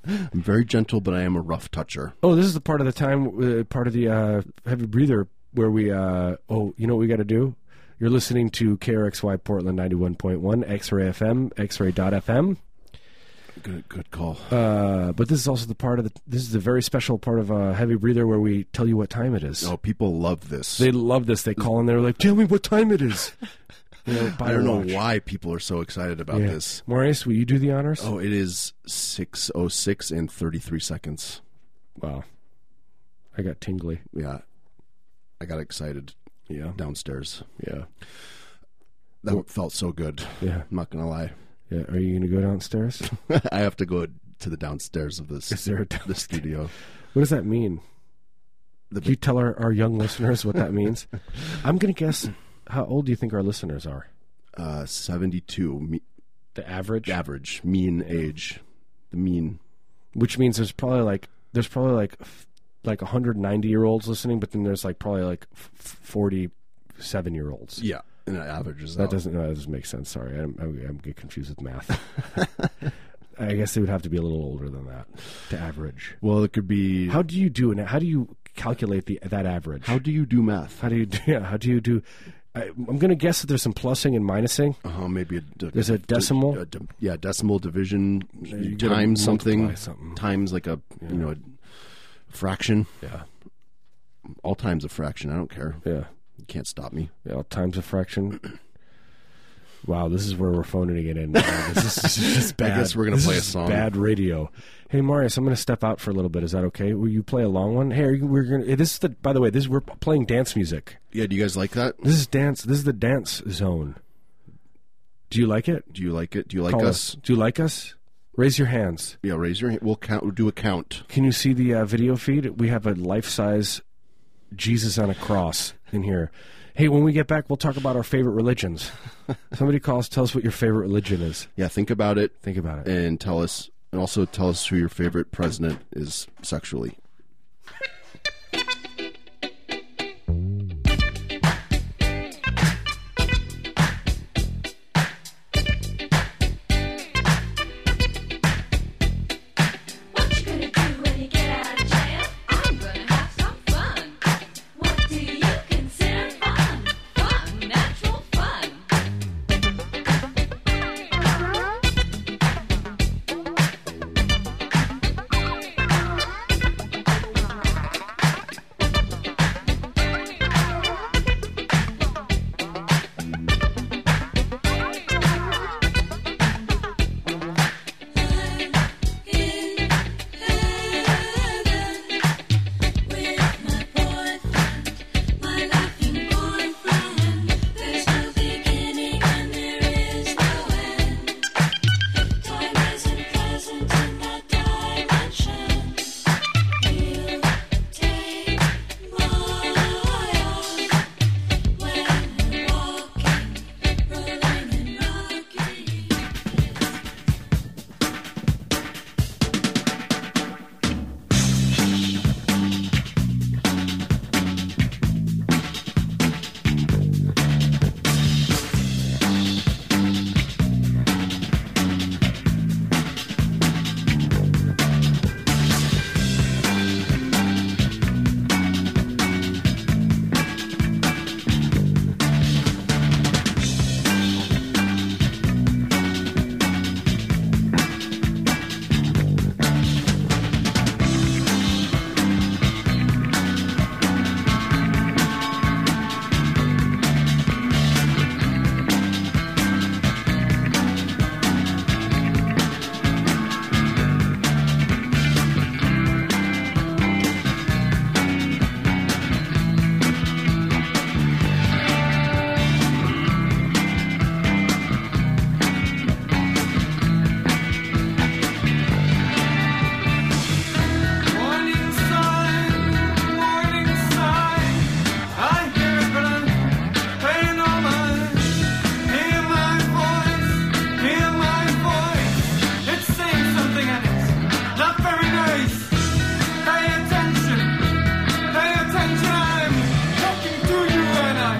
B: I'm very gentle, but I am a rough toucher.
A: Oh, this is the part of the time, uh, part of the uh, heavy breather where we. Uh, oh, you know what we got to do? You're listening to KRXY Portland 91.1, X Ray FM, X Ray.FM.
B: Good, good call.
A: Uh, but this is also the part of the. This is the very special part of uh, heavy breather where we tell you what time it is.
B: oh, people love this.
A: They love this. They call and they're like, "Tell me what time it is." You know, buy
B: I
A: a
B: don't know
A: watch.
B: why people are so excited about
A: Yeah.
B: this.
A: Maurice, will you do the honors?
B: Oh, it is 606 and 33 seconds.
A: wow, I got tingly.
B: Yeah. I got excited
A: Yeah,
B: downstairs.
A: yeah,
B: That felt so good.
A: yeah,
B: I'm not going to lie.
A: yeah. Are you gonna go downstairs?
B: I have to go to the downstairs of this
A: Is there a down-
B: the studio.
A: What does that mean?
B: The-
A: Can you tell our, our young listeners what that means? I'm going to guess how old do you think our listeners are?
B: Uh, 72 me-
A: The average?
B: average mean age. The mean.
A: Which means there's probably like there's probably like f- like 190 year olds listening, but then there's like probably like 47 year olds.
B: Yeah. And it averages
A: That
B: out.
A: doesn't no, that doesn't make sense. Sorry, I'm I'm, I'm get confused with math. I guess they would have to be a little older than that to average.
B: Well, it could be
A: How do you do it? How do you calculate the that average?
B: how do you do math?
A: How do you do? Yeah, how do you do? I, I'm going to guess that there's some plusing and minusing.
B: Uh, maybe a, d-
A: There's a decimal?
B: a d- yeah, decimal division
A: you gotta
B: times something,
A: multiply something.
B: times like a you know a fraction.
A: Yeah.
B: All times a fraction. I don't care.
A: Yeah.
B: You can't stop me.
A: Yeah, times a fraction. Wow, this is where we're phoning it in. now. This is just bad.
B: guess we're gonna
A: This
B: play a
A: is
B: song.
A: Bad radio. Hey, Marius, I'm gonna step out for a little bit. Is that okay? Will you play a long one? Hey, are you, we're gonna. This is the. By the way, this we're playing dance music.
B: Yeah. Do you guys like that?
A: This is dance. This is the dance zone. Do you like it?
B: Do you like it? Do you like
A: Call
B: us?
A: Do you like us? Raise your hands.
B: Yeah. Raise your hand. We'll count. We'll do a count.
A: Can you see the uh, video feed? We have a life size Jesus on a cross in here. Hey, when we get back, we'll talk about our favorite religions. Somebody call us, tell us what your favorite religion is.
B: Yeah. Think about it
A: Think about it.
B: and tell us. And also tell us who your favorite president is sexually.
D: What you gonna do when you get out of jail? I'm gonna have some fun. What do you consider fun? Fun, natural fun. In heaven with my boyfriend, my laughing boyfriend. There's no beginning and there is no end. Time isn't present in that dimension. He'll take my arm when we're walking, rolling and rocking.
E: Warning sign, warning sign. I hear blood, pain on mine. Hear my voice, hear my voice. It's saying something and it's not very nice. Pay attention, pay attention. I'm talking to you and I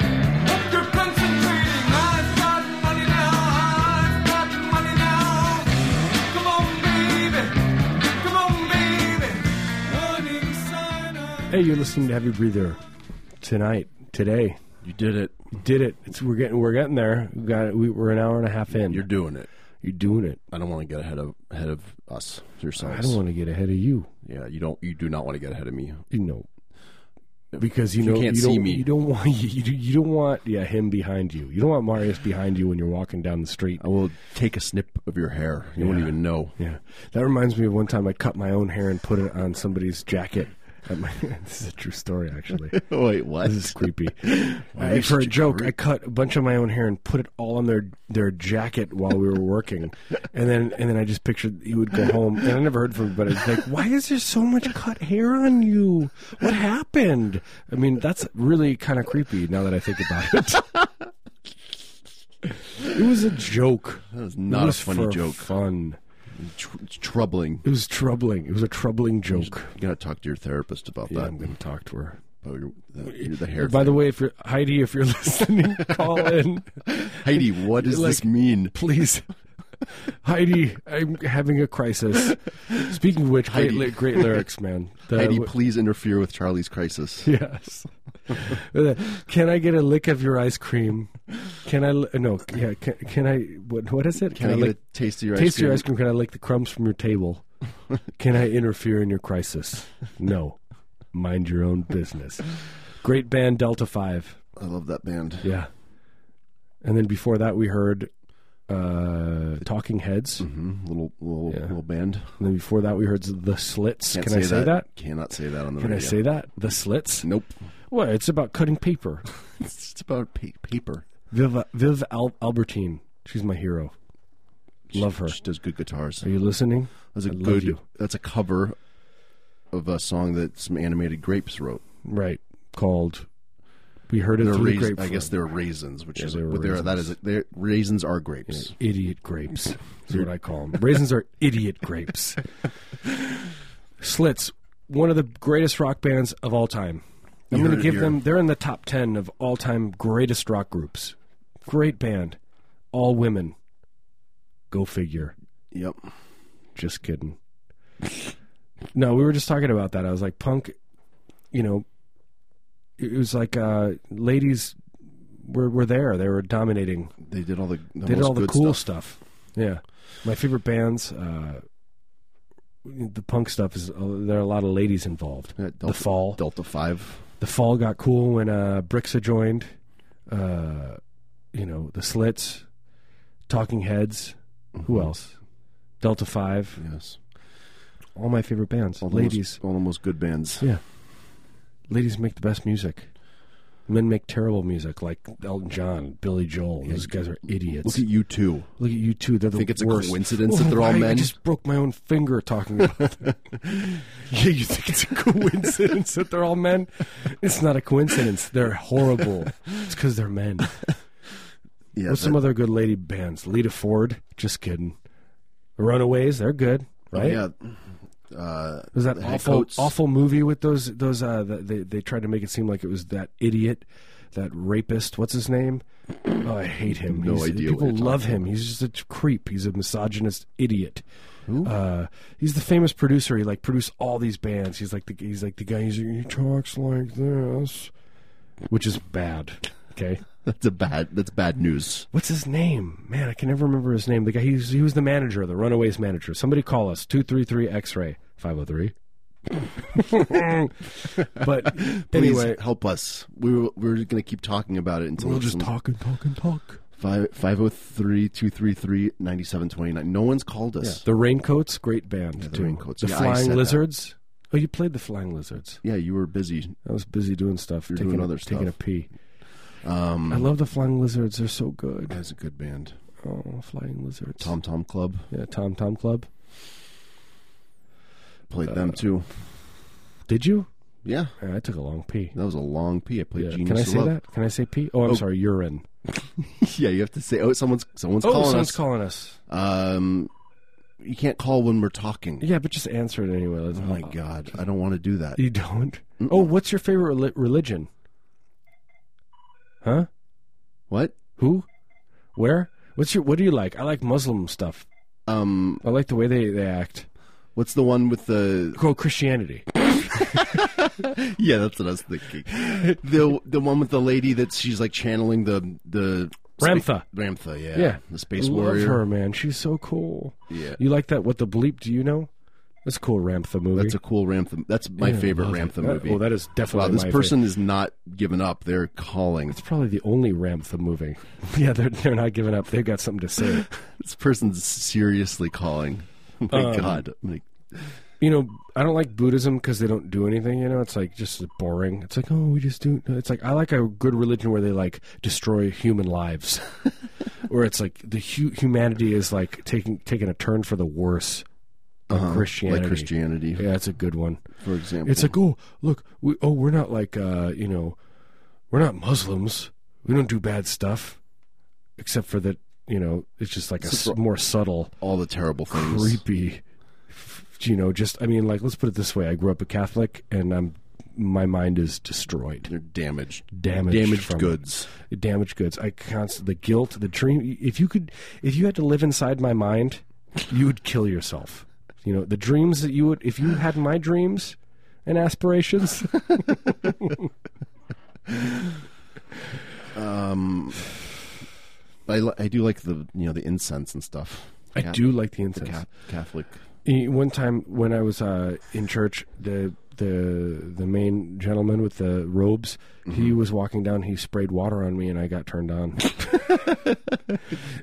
E: hope you're concentrating. I've got money now, I've got money now. Come on, baby. Come on, baby. Warning sign. I'm
A: Hey, you're listening to Heavy Breather tonight, today.
B: You did it.
A: Did it? It's, we're getting we're getting there. We got it. We, we're an hour and a half in.
B: You're doing it.
A: you're doing it.
B: I don't want to get ahead of ahead of us yourselves.
A: I don't want to get ahead of you.
B: Yeah, you don't. You do not want to get ahead of me.
A: You know, because you know
B: can't
A: don't,
B: see me.
A: You don't want you, you you don't want yeah him behind you. You don't want Marius behind you when you're walking down the street.
B: I will take a snip of your hair. You won't
A: Yeah.
B: even know.
A: Yeah, that reminds me of one time I cut my own hair and put it on somebody's jacket. At my, this is a true story, actually.
B: Wait, what?
A: This is creepy. I, for a joke, I cut a bunch of my own hair and put it all on their their jacket while we were working, and then and then I just pictured he would go home, and I never heard from him. But it's like, why is there so much cut hair on you? What happened? I mean, that's really kind of creepy now that I think about it. it was a joke. That
B: was not a funny joke.
A: Fun.
B: Tr- it's troubling.
A: It was troubling. It was a troubling joke.
B: You gotta talk to your therapist about
A: Yeah,
B: that.
A: I'm going to talk to her.
B: About your, the, your- the hair.
A: By the way, if you're Heidi, if you're listening, call in.
B: Heidi, what does
A: Like-
B: this mean?
A: please. Heidi, I'm having a crisis. Speaking of which, great,
B: Heidi. uh,
A: li- great lyrics, man. The-
B: Heidi, please interfere with Charlie's crisis.
A: yes. Can I get a lick of your ice cream? Can I? li- No. Yeah. Can, can I? What? What is it?
B: Can I get
A: lick,
B: a taste of your ice
A: taste
B: cream?
A: your ice cream? Can I lick the crumbs from your table? Can I interfere in your crisis? No. Mind your own business. Great band Delta Five.
B: I love that band.
A: Yeah. And then before that, we heard uh, Talking Heads.
B: Mhm, Little little
A: Yeah.
B: little band.
A: And then before that, we heard The Slits.
B: Can't
A: Can I say that?
B: Cannot say that on the
A: Can I
B: radio.
A: say that? The Slits?
B: Nope.
A: Well, it's about cutting paper.
B: It's just about pa- paper.
A: Viv, Viv Al- Albertine. She's my hero. Love her.
B: She does good guitars.
A: Are you listening?
B: That's a
A: I love
B: good.
A: you.
B: That's a cover of a song that some animated grapes wrote.
A: Right. Called. We heard it
B: They're
A: through the
B: rais- I
A: grapevine.
B: guess they're raisins, which
A: Yeah,
B: is
A: they were
B: but they're- that is they're, raisins are grapes.
A: idiot grapes. Is what I call them. Raisins are idiot grapes. Slits, one of the greatest rock bands of all time. I'm
B: You
A: going
B: heard
A: to
B: it
A: give
B: here.
A: them. They're in the top ten of all time greatest rock groups. Great band, all women. Go figure.
B: Yep.
A: Just kidding. no, we were just talking about that. I was like, punk. You know, it was like uh, ladies were were there. They were dominating
B: They did all the, the
A: they did
B: most
A: all the
B: good
A: cool
B: stuff.
A: stuff. Yeah, my favorite bands, uh, the punk stuff is uh, there are a lot of ladies involved.
B: Yeah,
A: the
B: Delta,
A: Fall,
B: Delta Five.
A: the Fall got cool when uh, Brixa joined. Uh, you know, the Slits, Talking Heads, who else? Delta Five,
B: Mm-hmm. Yes.
A: all my favorite bands.
B: All the
A: ladies,
B: most, all the most good bands.
A: yeah, ladies make the best music. Men make terrible music, like Elton John, Billy Joel. Those guys are idiots.
B: Look at you two.
A: Look at you two. They're the
B: Think it's a
A: worst.
B: coincidence that they're all
A: why? I
B: men?
A: just broke my own finger talking about that. yeah, you think it's a coincidence that they're all men? It's not a coincidence. They're horrible. It's because they're men.
B: Yeah.
A: What's
B: that-
A: some other good lady bands? Lita Ford. Just kidding. The Runaways. They're good,
B: oh,
A: right?
B: Yeah. Uh,
A: Was that
B: the
A: awful
B: Heckoats.
A: awful movie with those those? Uh, the, they they tried to make it seem like it was that idiot, that rapist. What's his name? Oh, I hate him.
B: No
A: He's-
B: idea what
A: People
B: you're
A: love
B: talking
A: him. He's just a creep. He's a misogynist idiot. Uh, he's the famous producer. He like produced all these bands. He's like the he's like the guy. He's like, he talks like this, which is bad. Okay.
B: That's a bad. That's bad news.
A: What's his name? Man, I can never remember his name. The guy, he was, he was the manager, the Runaways manager. Somebody call us 233 X Ray 503. but
B: Please
A: anyway,
B: help us. We were, we we're going to keep talking about it until
A: we'll just
B: some-
A: talk and talk and talk.
B: Five five zero three two three three ninety seven twenty nine. No one's called us.
A: The Raincoats, great band.
B: the
A: too.
B: Raincoats.
A: The
B: Yeah, I said
A: Flying
B: that.
A: Lizards. Oh, you played the Flying Lizards.
B: Yeah, you were busy.
A: I was busy doing stuff,
B: You're
A: taking,
B: doing other
A: taking a
B: stuff.
A: pee.
B: Um,
A: I love the Flying Lizards. They're so good.
B: that's a good band.
A: Oh, Flying Lizards.
B: Tom Tom Club
A: Yeah, Tom Tom Club.
B: played
A: Uh,
B: them too.
A: Did you?
B: Yeah,
A: Yeah, I took a long pee.
B: that was a long P. I played
A: Yeah,
B: Genius.
A: Can I
B: of
A: say
B: Love.
A: that? Can I say pee? Oh, I'm sorry, urine.
B: yeah, you have to say. Oh, someone's someone's
A: Oh,
B: calling
A: someone's
B: us.
A: calling us.
B: um, you can't call when we're talking.
A: Yeah, but just answer it anyway. Let's,
B: Oh my God, I don't want to do that.
A: You don't? Oh, what's your favorite reli- religion? Huh?
B: What?
A: Who? Where? What's your? What do you like? I like Muslim stuff.
B: Um,
A: I like the way they, they act.
B: what's the one with the?
A: Go Christianity.
B: Yeah, that's what I was thinking. the the one with the lady that she's like channeling the the
A: Ramtha.
B: Ramtha, yeah,
A: Yeah.
B: the space
A: Love
B: warrior.
A: her, man. She's so cool.
B: Yeah.
A: You like that? What the bleep? Do you know? That's a cool Ramtha movie.
B: That's a cool Ramtha. That's my
A: Yeah,
B: favorite
A: love it.
B: Ramtha
A: That-
B: movie.
A: Well, that is definitely
B: wow, this
A: my
B: person is not giving up. They're calling.
A: It's probably the only Ramtha movie. yeah, they're they're not giving up. They've got something to say.
B: This person's seriously calling. Oh my
A: Um,
B: god. I'm like,
A: you know, I don't like Buddhism because they don't do anything. You know, it's like just boring. It's like, oh, we just do. It's like I like a good religion where they like destroy human lives, where it's like the hu- humanity is like taking taking a turn for the worse. Like Christianity.
B: Uh-huh. Like uh, Christianity,
A: Yeah, that's a good one.
B: for example.
A: It's like, oh, look, we, oh, we're not like, uh, you know, we're not Muslims. We don't do bad stuff, except for that. You know, it's just like a s- more subtle
B: all the terrible things.
A: creepy. You know, just I mean, like let's put it this way: I grew up a Catholic, and I'm my mind is destroyed,
B: They're damaged.
A: Damaged from-
B: goods.
A: damaged goods. I constant the guilt, the dream. If you could, if you had to live inside my mind, you would kill yourself. You know, the dreams that you would, if you had my dreams and aspirations,
B: I, li- I do like the you know the incense and stuff.
A: I
B: Ca-
A: do like the
B: the
A: incense.
B: Ca- Catholic.
A: Eh, One time when I was uh, in church, the the the main gentleman with the robes, he
B: Mm-hmm.
A: was walking down. He sprayed water on me, and I got turned on.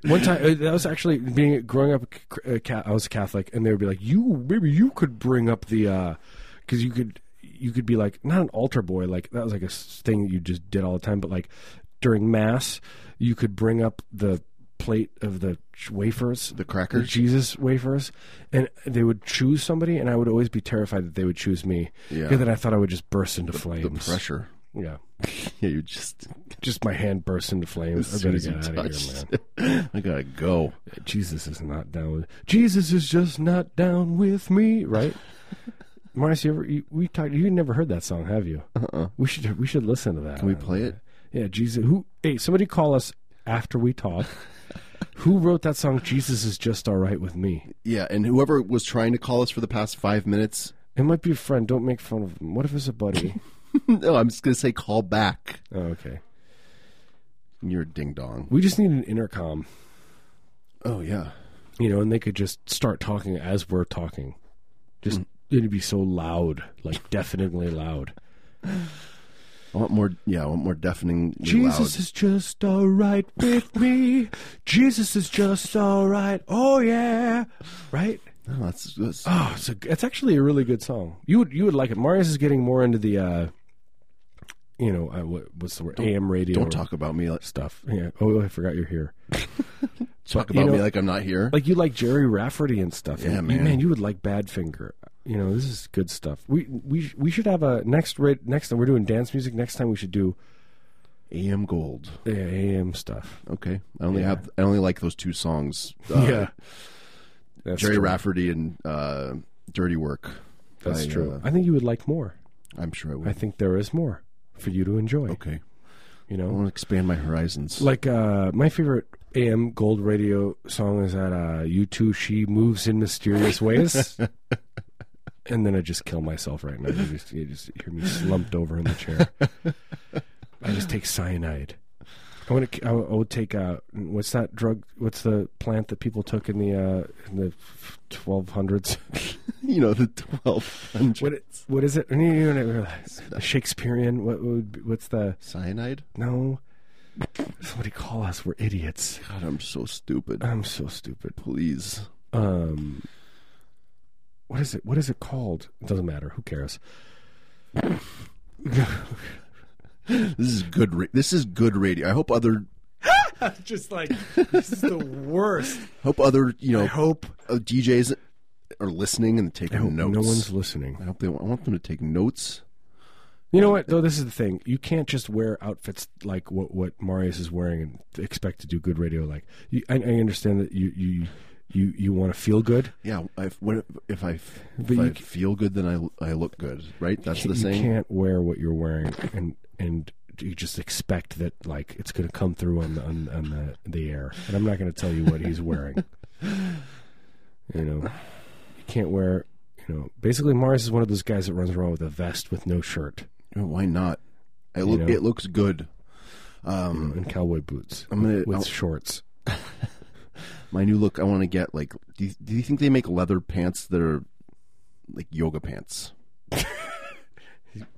A: One time, uh, that was actually being growing up. uh, ca- I was Catholic, and they would be like, "You maybe you could bring up the because you could you could be like not an altar boy like that was like a s- thing you just did all the time, but like during mass you could bring up the plate of the ch- wafers,
B: The crackers?
A: Jesus wafers, and they would choose somebody, and I would always be terrified that they would choose me.
B: Yeah.
A: and then I thought I would just burst into
B: The
A: flames.
B: pressure.
A: Yeah,
B: Yeah, you just
A: just my hand burst into flames.
B: as
A: I
B: soon
A: better
B: as
A: get
B: you
A: out of here, man.
B: touched. I gotta go.
A: Jesus is not down with Jesus is just not down with me, right? Marcus, you ever you, we talked you never heard that song, have you? Uh-uh. We should we should listen to that.
B: Can we play it?
A: Yeah, Jesus who hey, somebody call us after we talk. who wrote that song Jesus is just all right with me?
B: Yeah, and whoever was trying to call us for the past five minutes,
A: It might be a friend, don't make fun of him. What if it's a buddy?
B: no, I'm just gonna say call back.
A: oh, okay.
B: You're a ding dong.
A: We just need an intercom,
B: Oh yeah,
A: you know, and they could just start talking as we're talking. Just it'd be so loud, like deafeningly loud.
B: I want more. Yeah, I want more deafening.
A: Jesus is just all right with me. Jesus is just all right. Oh yeah, right.
B: loud. No, that's, that's
A: Oh, it's, a, it's actually a really good song. You would you would like it. Marius is getting more into the, uh, you know, uh, what, what's the word? AM radio.
B: don't talk about me. Like,
A: stuff. Yeah. Oh, I forgot you're here.
B: talk
A: you
B: about me
A: know-
B: like I'm not here.
A: Like you like Jerry Rafferty and stuff.
B: Yeah,
A: You-
B: man.
A: you would like Badfinger. You know, this is good stuff. We we we should have a next ra- next time we're doing dance music. Next time we should do
B: AM Gold.
A: uh, AM stuff.
B: Okay, I only
A: Yeah.
B: have I only like those two songs. uh,
A: That's
B: Jerry
A: true.
B: Rafferty and uh, Dirty Work.
A: That's
B: I,
A: true.
B: Uh,
A: I think you would like more.
B: I'm sure I would.
A: I think there is more for you to enjoy.
B: okay,
A: You
B: I
A: know,
B: want to expand my horizons.
A: like uh, my favorite AM Gold Radio song is that uh, "U2 She Moves in Mysterious Ways," and then I just kill myself right now. You just, you just hear me slumped over in the chair. I just take cyanide. I want to. I would I would take. Uh, what's that drug? What's the plant that people took in the uh, in the twelve hundreds?
B: you know the twelve
A: What
B: hundred
A: it, what is it? No, no, no, no, no. Shakespearean. What would be- what's the
B: cyanide.
A: no? Somebody call us. We're idiots.
B: God, I'm so stupid.
A: I'm so stupid.
B: Please,
A: Um, what is it? What is it called? It doesn't matter. Who cares?
B: this is good. Ra- this is good radio. I hope other
A: Just like this is the worst.
B: hope other you know
A: I hope
B: uh, DJs are listening and taking
A: I hope
B: notes.
A: no one's
B: I
A: listening.
B: hope they. Want, I want them to take notes.
A: You know what? Though this is the thing. You can't just wear outfits like what what Marius is wearing and expect to do good radio. Like you, I, I understand that you you you you want to feel good.
B: Yeah, I, what, if I f- if
A: But you
B: I
A: ca-
B: feel good, then I I look good. Right? That's the
A: you
B: saying.
A: can't wear what you're wearing and and you just expect that like it's going to come through on the on, on the, the air and i'm not going to tell you what he's wearing you know you can't wear you know basically mars is one of those guys that runs around with a vest with no shirt
B: Yeah, Why not? I look.
A: know?
B: It looks good.
A: you know, and cowboy boots
B: Mm. I'm gonna-
A: with
B: I'll-
A: shorts
B: My new look. I want to get like. Do you, do you think they make leather pants that are like yoga pants?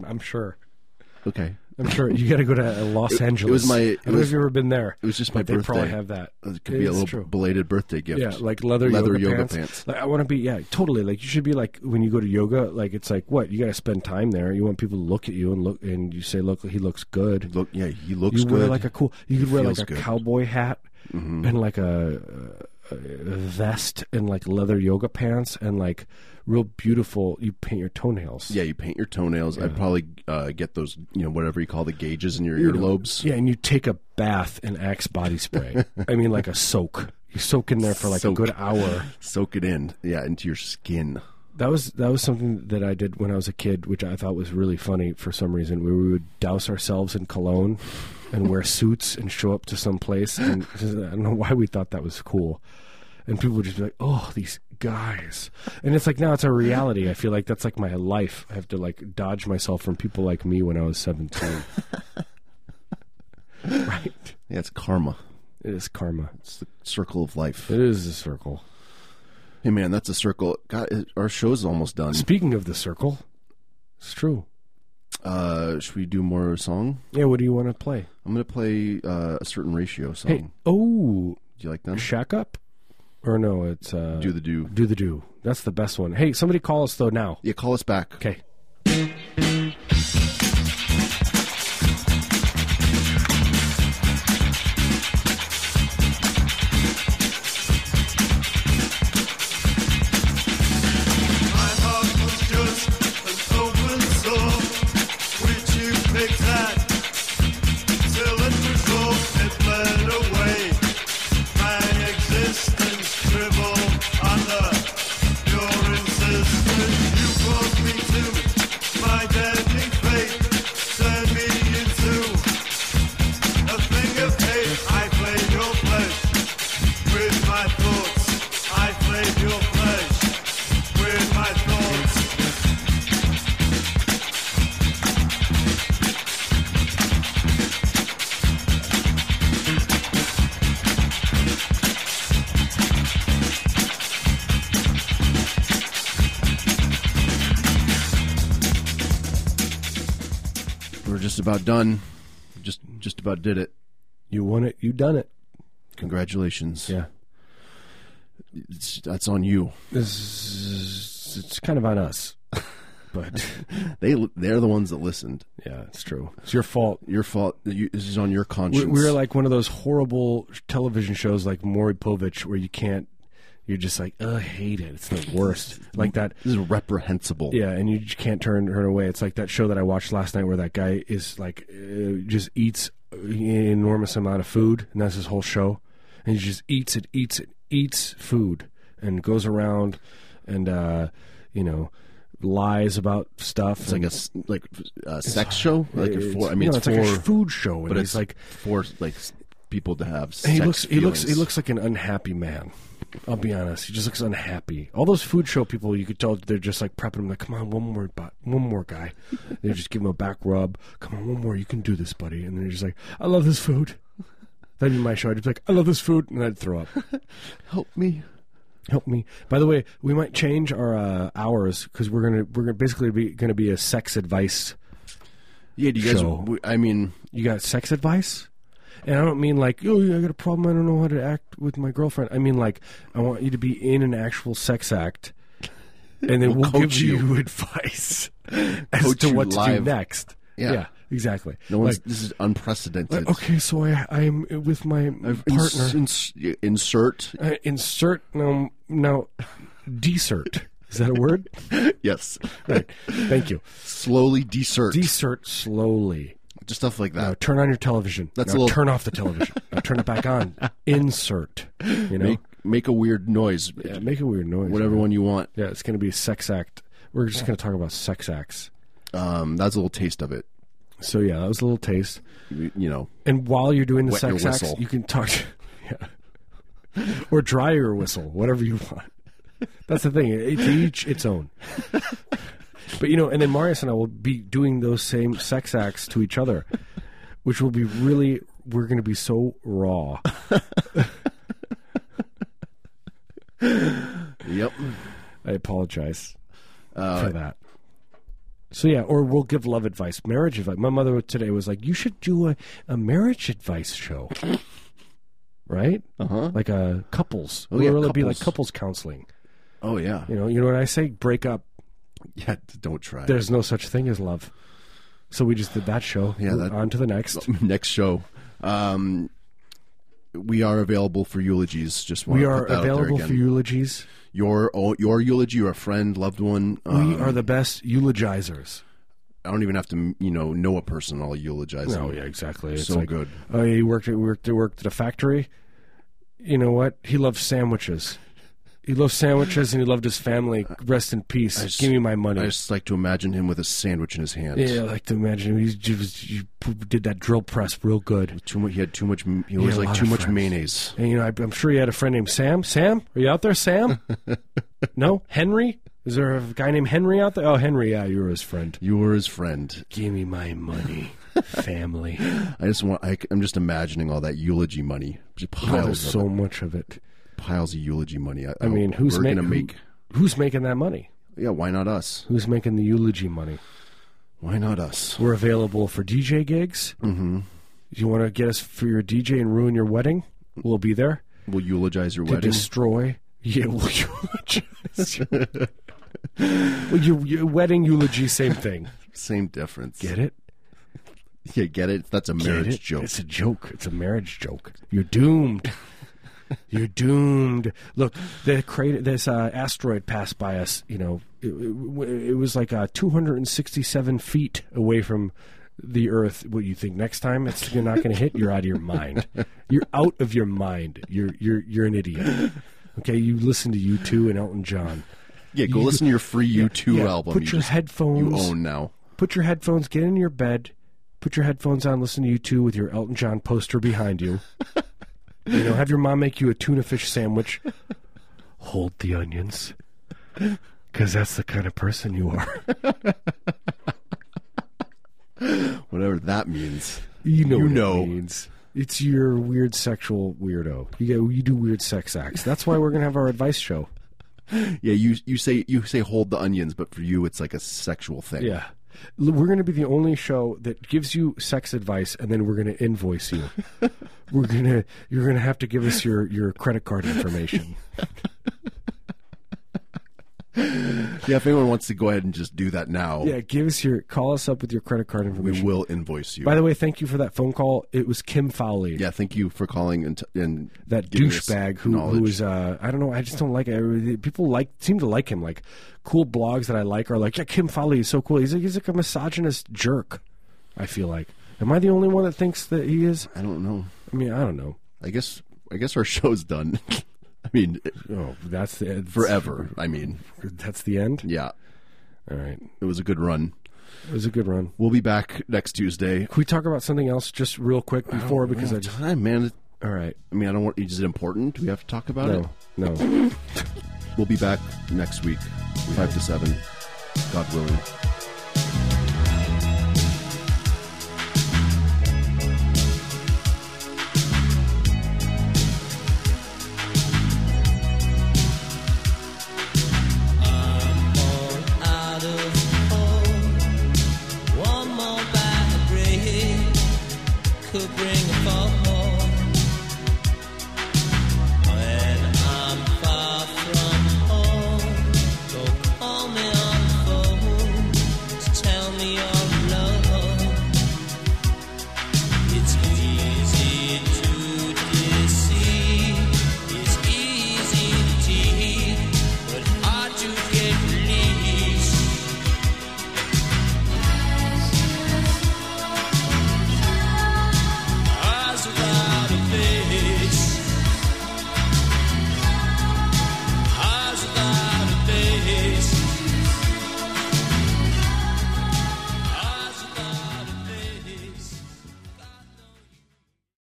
A: i'm sure
B: Okay.
A: i'm sure you got to go to uh, los angeles
B: was my-
A: i
B: it
A: don't know
B: was-
A: if you've ever been there
B: It was just my
A: but they
B: birthday.
A: probably have that
B: Uh, It could be
A: It's
B: a little
A: true.
B: belated birthday gift.
A: Yeah, like leather,
B: Leather
A: yoga,
B: yoga
A: pants.
B: pants.
A: Like I want to be, yeah, totally. Like you should be like when you go to yoga, like it's like what you got to spend time there. You want people to look at you and look, and you say, "Look, he looks good."
B: look. Yeah, he looks
A: you
B: good.
A: wear like a cool. You could wear like
B: feels
A: a
B: good. Mm-hmm.
A: cowboy hat and like a, a, a vest and like leather yoga pants and like real beautiful. You paint your toenails.
B: yeah, you paint your toenails. I'd probably uh, get those, you know, whatever you call the gauges in your
A: know,
B: earlobes.
A: Yeah, and you take a bath in Axe body spray. I mean, like a soak. You soak in there for like
B: Soak.
A: a good hour.
B: Soak it in. Yeah, into your skin.
A: That was that was something that I did when I was a kid, which I thought was really funny for some reason. Where we would douse ourselves in cologne and wear suits and show up to some place, and just- I don't know why we thought that was cool. And people would just be like, "Oh, these guys!" And it's like now it's a reality. I feel like that's like my life. I have to like dodge myself from people like me when I was seventeen. right?
B: Yeah, it's karma.
A: It is karma.
B: It's the circle of life.
A: It is a circle.
B: Hey, man, that's a circle. God, it- our show's almost done.
A: Speaking of the circle, it's true.
B: Uh, should we do more song?
A: Yeah, what do you want to play?
B: I'm gonna play uh, a certain ratio song.
A: Hey, oh,
B: Do you like them?
A: shack up, or no? It's uh,
B: Do the do.
A: do the do. That's the best one. Hey, somebody call us though now.
B: Yeah, call us back.
A: Okay.
F: My heart was just an open sore, which you picked at till it was all it bled away. My existence shriveled under your insistence. You brought me to my deadly fate, turned me into a thing of hate. I played your place with my thoughts. I played your place with my thoughts.
B: We're just about done. Just just about did it.
A: You won it. You done it.
B: Congratulations.
A: Yeah.
B: It's, that's on you.
A: This is, it's kind of on us, but
B: They they're the ones that listened.
A: yeah, it's true. It's your fault.
B: Your fault. You, this is on your
A: We,
B: conscience.
A: we were like one of those horrible television shows like Maury Povich where you can't. You're just like, ugh, I hate it. It's the worst. Like that.
B: this is reprehensible.
A: Yeah, and you just can't turn her away. It's like that show that I watched last night where that guy is like uh, just eats an enormous amount of food, and that's his whole show. And he just eats it, eats it, eats food, and goes around and uh, you know lies about stuff.
B: It's like a s- like a sex show. Like a for, I mean,
A: you know,
B: it's,
A: it's, like
B: for,
A: a food show, and
B: but
A: he's
B: it's
A: like
B: like for like s- people to have. Sex
A: he looks he looks he
B: feelings.
A: looks like an unhappy man. I'll be honest. He just looks unhappy. All those food show people, you could tell they're just like prepping him. Like, come on, one more, bu- one more guy. They just give him a back rub. Come on, one more. You can do this, buddy. And they're just like, I love this food. That'd be my show. I'd just be like, I love this food, and I'd throw up.
B: Help me.
A: Help me. By the way, we might change our uh, hours because we're gonna we're gonna basically be gonna be a sex advice.
B: Yeah, do you guys?
A: Show.
B: we- I mean,
A: You got sex advice? And I don't mean like, oh, yeah, I got a problem. I don't know how to act with my girlfriend. I mean like, I want you to be in an actual sex act, and then we'll,
B: We'll
A: give
B: coach
A: you,
B: you.
A: advice as
B: Coach
A: to
B: you
A: what to do
B: live.
A: next.
B: Yeah.
A: exactly.
B: no one's.
A: Like,
B: this is unprecedented.
A: like, okay, so I I am with my partner.
B: Ins- ins- insert.
A: I insert no no, desert. Is that a word?
B: Yes.
A: right. Thank you.
B: Slowly desert.
A: Desert slowly.
B: Just stuff like that.
A: Now Uh, turn on your television.
B: That's
A: Now
B: a little-
A: turn off the television. now turn it back on. Insert. You know,
B: Make make a weird noise.
A: Yeah, make a weird noise.
B: Whatever
A: man.
B: one you want.
A: Yeah, it's gonna be a sex act. We're just gonna talk about sex acts.
B: Um, that's a little taste of it.
A: So yeah, that was a little taste.
B: You, you know.
A: And while you're doing the
B: Wet your
A: sex acts,
B: whistle.
A: you can talk. To, yeah, or dry your whistle, whatever you want. That's the thing. It, to each its own. But you know, and then Marius and I will be doing those same sex acts to each other, which will be really. We're going to be so raw.
B: Yep.
A: I apologize
B: Uh,
A: for that. So yeah, or we'll give love advice, marriage advice. My mother today was like, "You should do a, a marriage advice show, right?
B: Uh-huh.
A: Like a couples.
B: Oh,
A: We'll
B: yeah,
A: really be like couples
B: couples.
A: counseling.
B: Oh yeah.
A: You know, you know what I say? Break up.
B: Yeah. Don't try.
A: There's no such thing as love. So we just did that show.
B: Yeah,
A: We're
B: that-
A: on to the next.
B: next show. Um, we are available for eulogies. Just want
A: We
B: to
A: are
B: put that out there
A: available
B: again.
A: for eulogies.
B: Your oh, your eulogy, or a friend, loved one. Um,
A: we are the best eulogizers.
B: I don't even have to you know know a person. I'll eulogize.
A: Oh
B: them.
A: yeah, exactly. It's
B: So
A: like,
B: good.
A: Oh, yeah, he worked at worked at worked at a factory. You know what? He loved sandwiches. He loved sandwiches, and he loved his family. Rest in peace.
B: just-
A: Give me my money.
B: I just like to imagine him with a sandwich in his hand.
A: yeah, I like to imagine he just he did that drill press real good.
B: Too much. He had too much. He
A: had
B: was
A: a
B: like
A: lot
B: too
A: of
B: much
A: friends.
B: mayonnaise.
A: And you know, I, I'm sure he had a friend named Sam. Sam, are you out there, Sam? no, Henry. Is there a guy named Henry out there? Oh, Henry. Yeah, you were his friend.
B: You were his friend.
A: Give me my money. family.
B: I just want. I, am just imagining all that eulogy money, just
A: Oh,
B: piles of
A: so much of it.
B: it, piles of eulogy money. I,
A: I mean,
B: hope
A: who's
B: Oh, we're
A: making
B: gonna make?
A: who's making that money?
B: Yeah, why not us?
A: Who's making the eulogy money?
B: Why not us?
A: We're available for DJ gigs. Mm-hmm. You want to get us for your DJ and ruin your wedding? We'll be there
B: We'll eulogize your
A: to
B: wedding.
A: destroy. Yeah, we'll eulogize. your- well, your, your wedding eulogy, same thing.
B: Same difference.
A: Get it?
B: Yeah, get it. That's a
A: Get
B: marriage
A: it?
B: joke.
A: It's a joke. It's a marriage joke. You're doomed. You're doomed. Look, the crater, this uh, asteroid passed by us. You know, it, it, it was like uh, 267 feet away from the Earth. What you think next time it's you're not going to hit? You're out of your mind. You're out of your mind. You're you're you're an idiot. Okay, you listen to U two and Elton John.
B: yeah, go
A: you-
B: listen to your free U2
A: yeah,
B: album.
A: put
B: you
A: your
B: just- You
A: headphones-
B: own now.
A: put your headphones, get in your bed, put your headphones on, listen to you two with your Elton John poster behind you. you know, have your mom make you a tuna fish sandwich. Hold the onions. Because that's the kind of person you are.
B: Whatever that means.
A: You know
B: You
A: what it
B: know.
A: means. It's your weird sexual weirdo. You, go, you do weird sex acts. That's why we're going to have our advice show.
B: Yeah, you you say you say hold the onions, but for you it's like a sexual thing.
A: Yeah. L- We're going to be the only show that gives you sex advice and then we're going to invoice you. we're going to you're going to have to give us your your credit card information.
B: Yeah, if anyone wants to go ahead and just do that now,
A: Yeah, give us your call us up with your credit card
B: we
A: information.
B: will invoice you.
A: By the way, thank you for that phone call. It was Kim Fowley,
B: yeah, thank you for calling and, t- and
A: that
B: giving us
A: douchebag who
B: knowledge.
A: who is uh, I don't know. I just don't like it. People like seem to like him. Like cool blogs that I like are like, yeah, Kim Fowley is so cool. He's like he's like a misogynist jerk. I feel like. Am I the only one that thinks that he is?
B: I don't know.
A: I mean, I don't know.
B: I guess I guess our show's done. I mean,
A: Oh, that's the it's-
B: forever. I mean,
A: That's the end.
B: yeah,
A: All right,
B: it was a good run.
A: it was a good run.
B: We'll be back next Tuesday. Oh,
A: Can we talk about something else just real quick before because I just
B: time, man.
A: all right.
B: I mean, I don't want. Is it important? Do we have to talk about it?
A: No, no.
B: We'll be back next week, five to seven, God willing.
G: One more could bring a fall.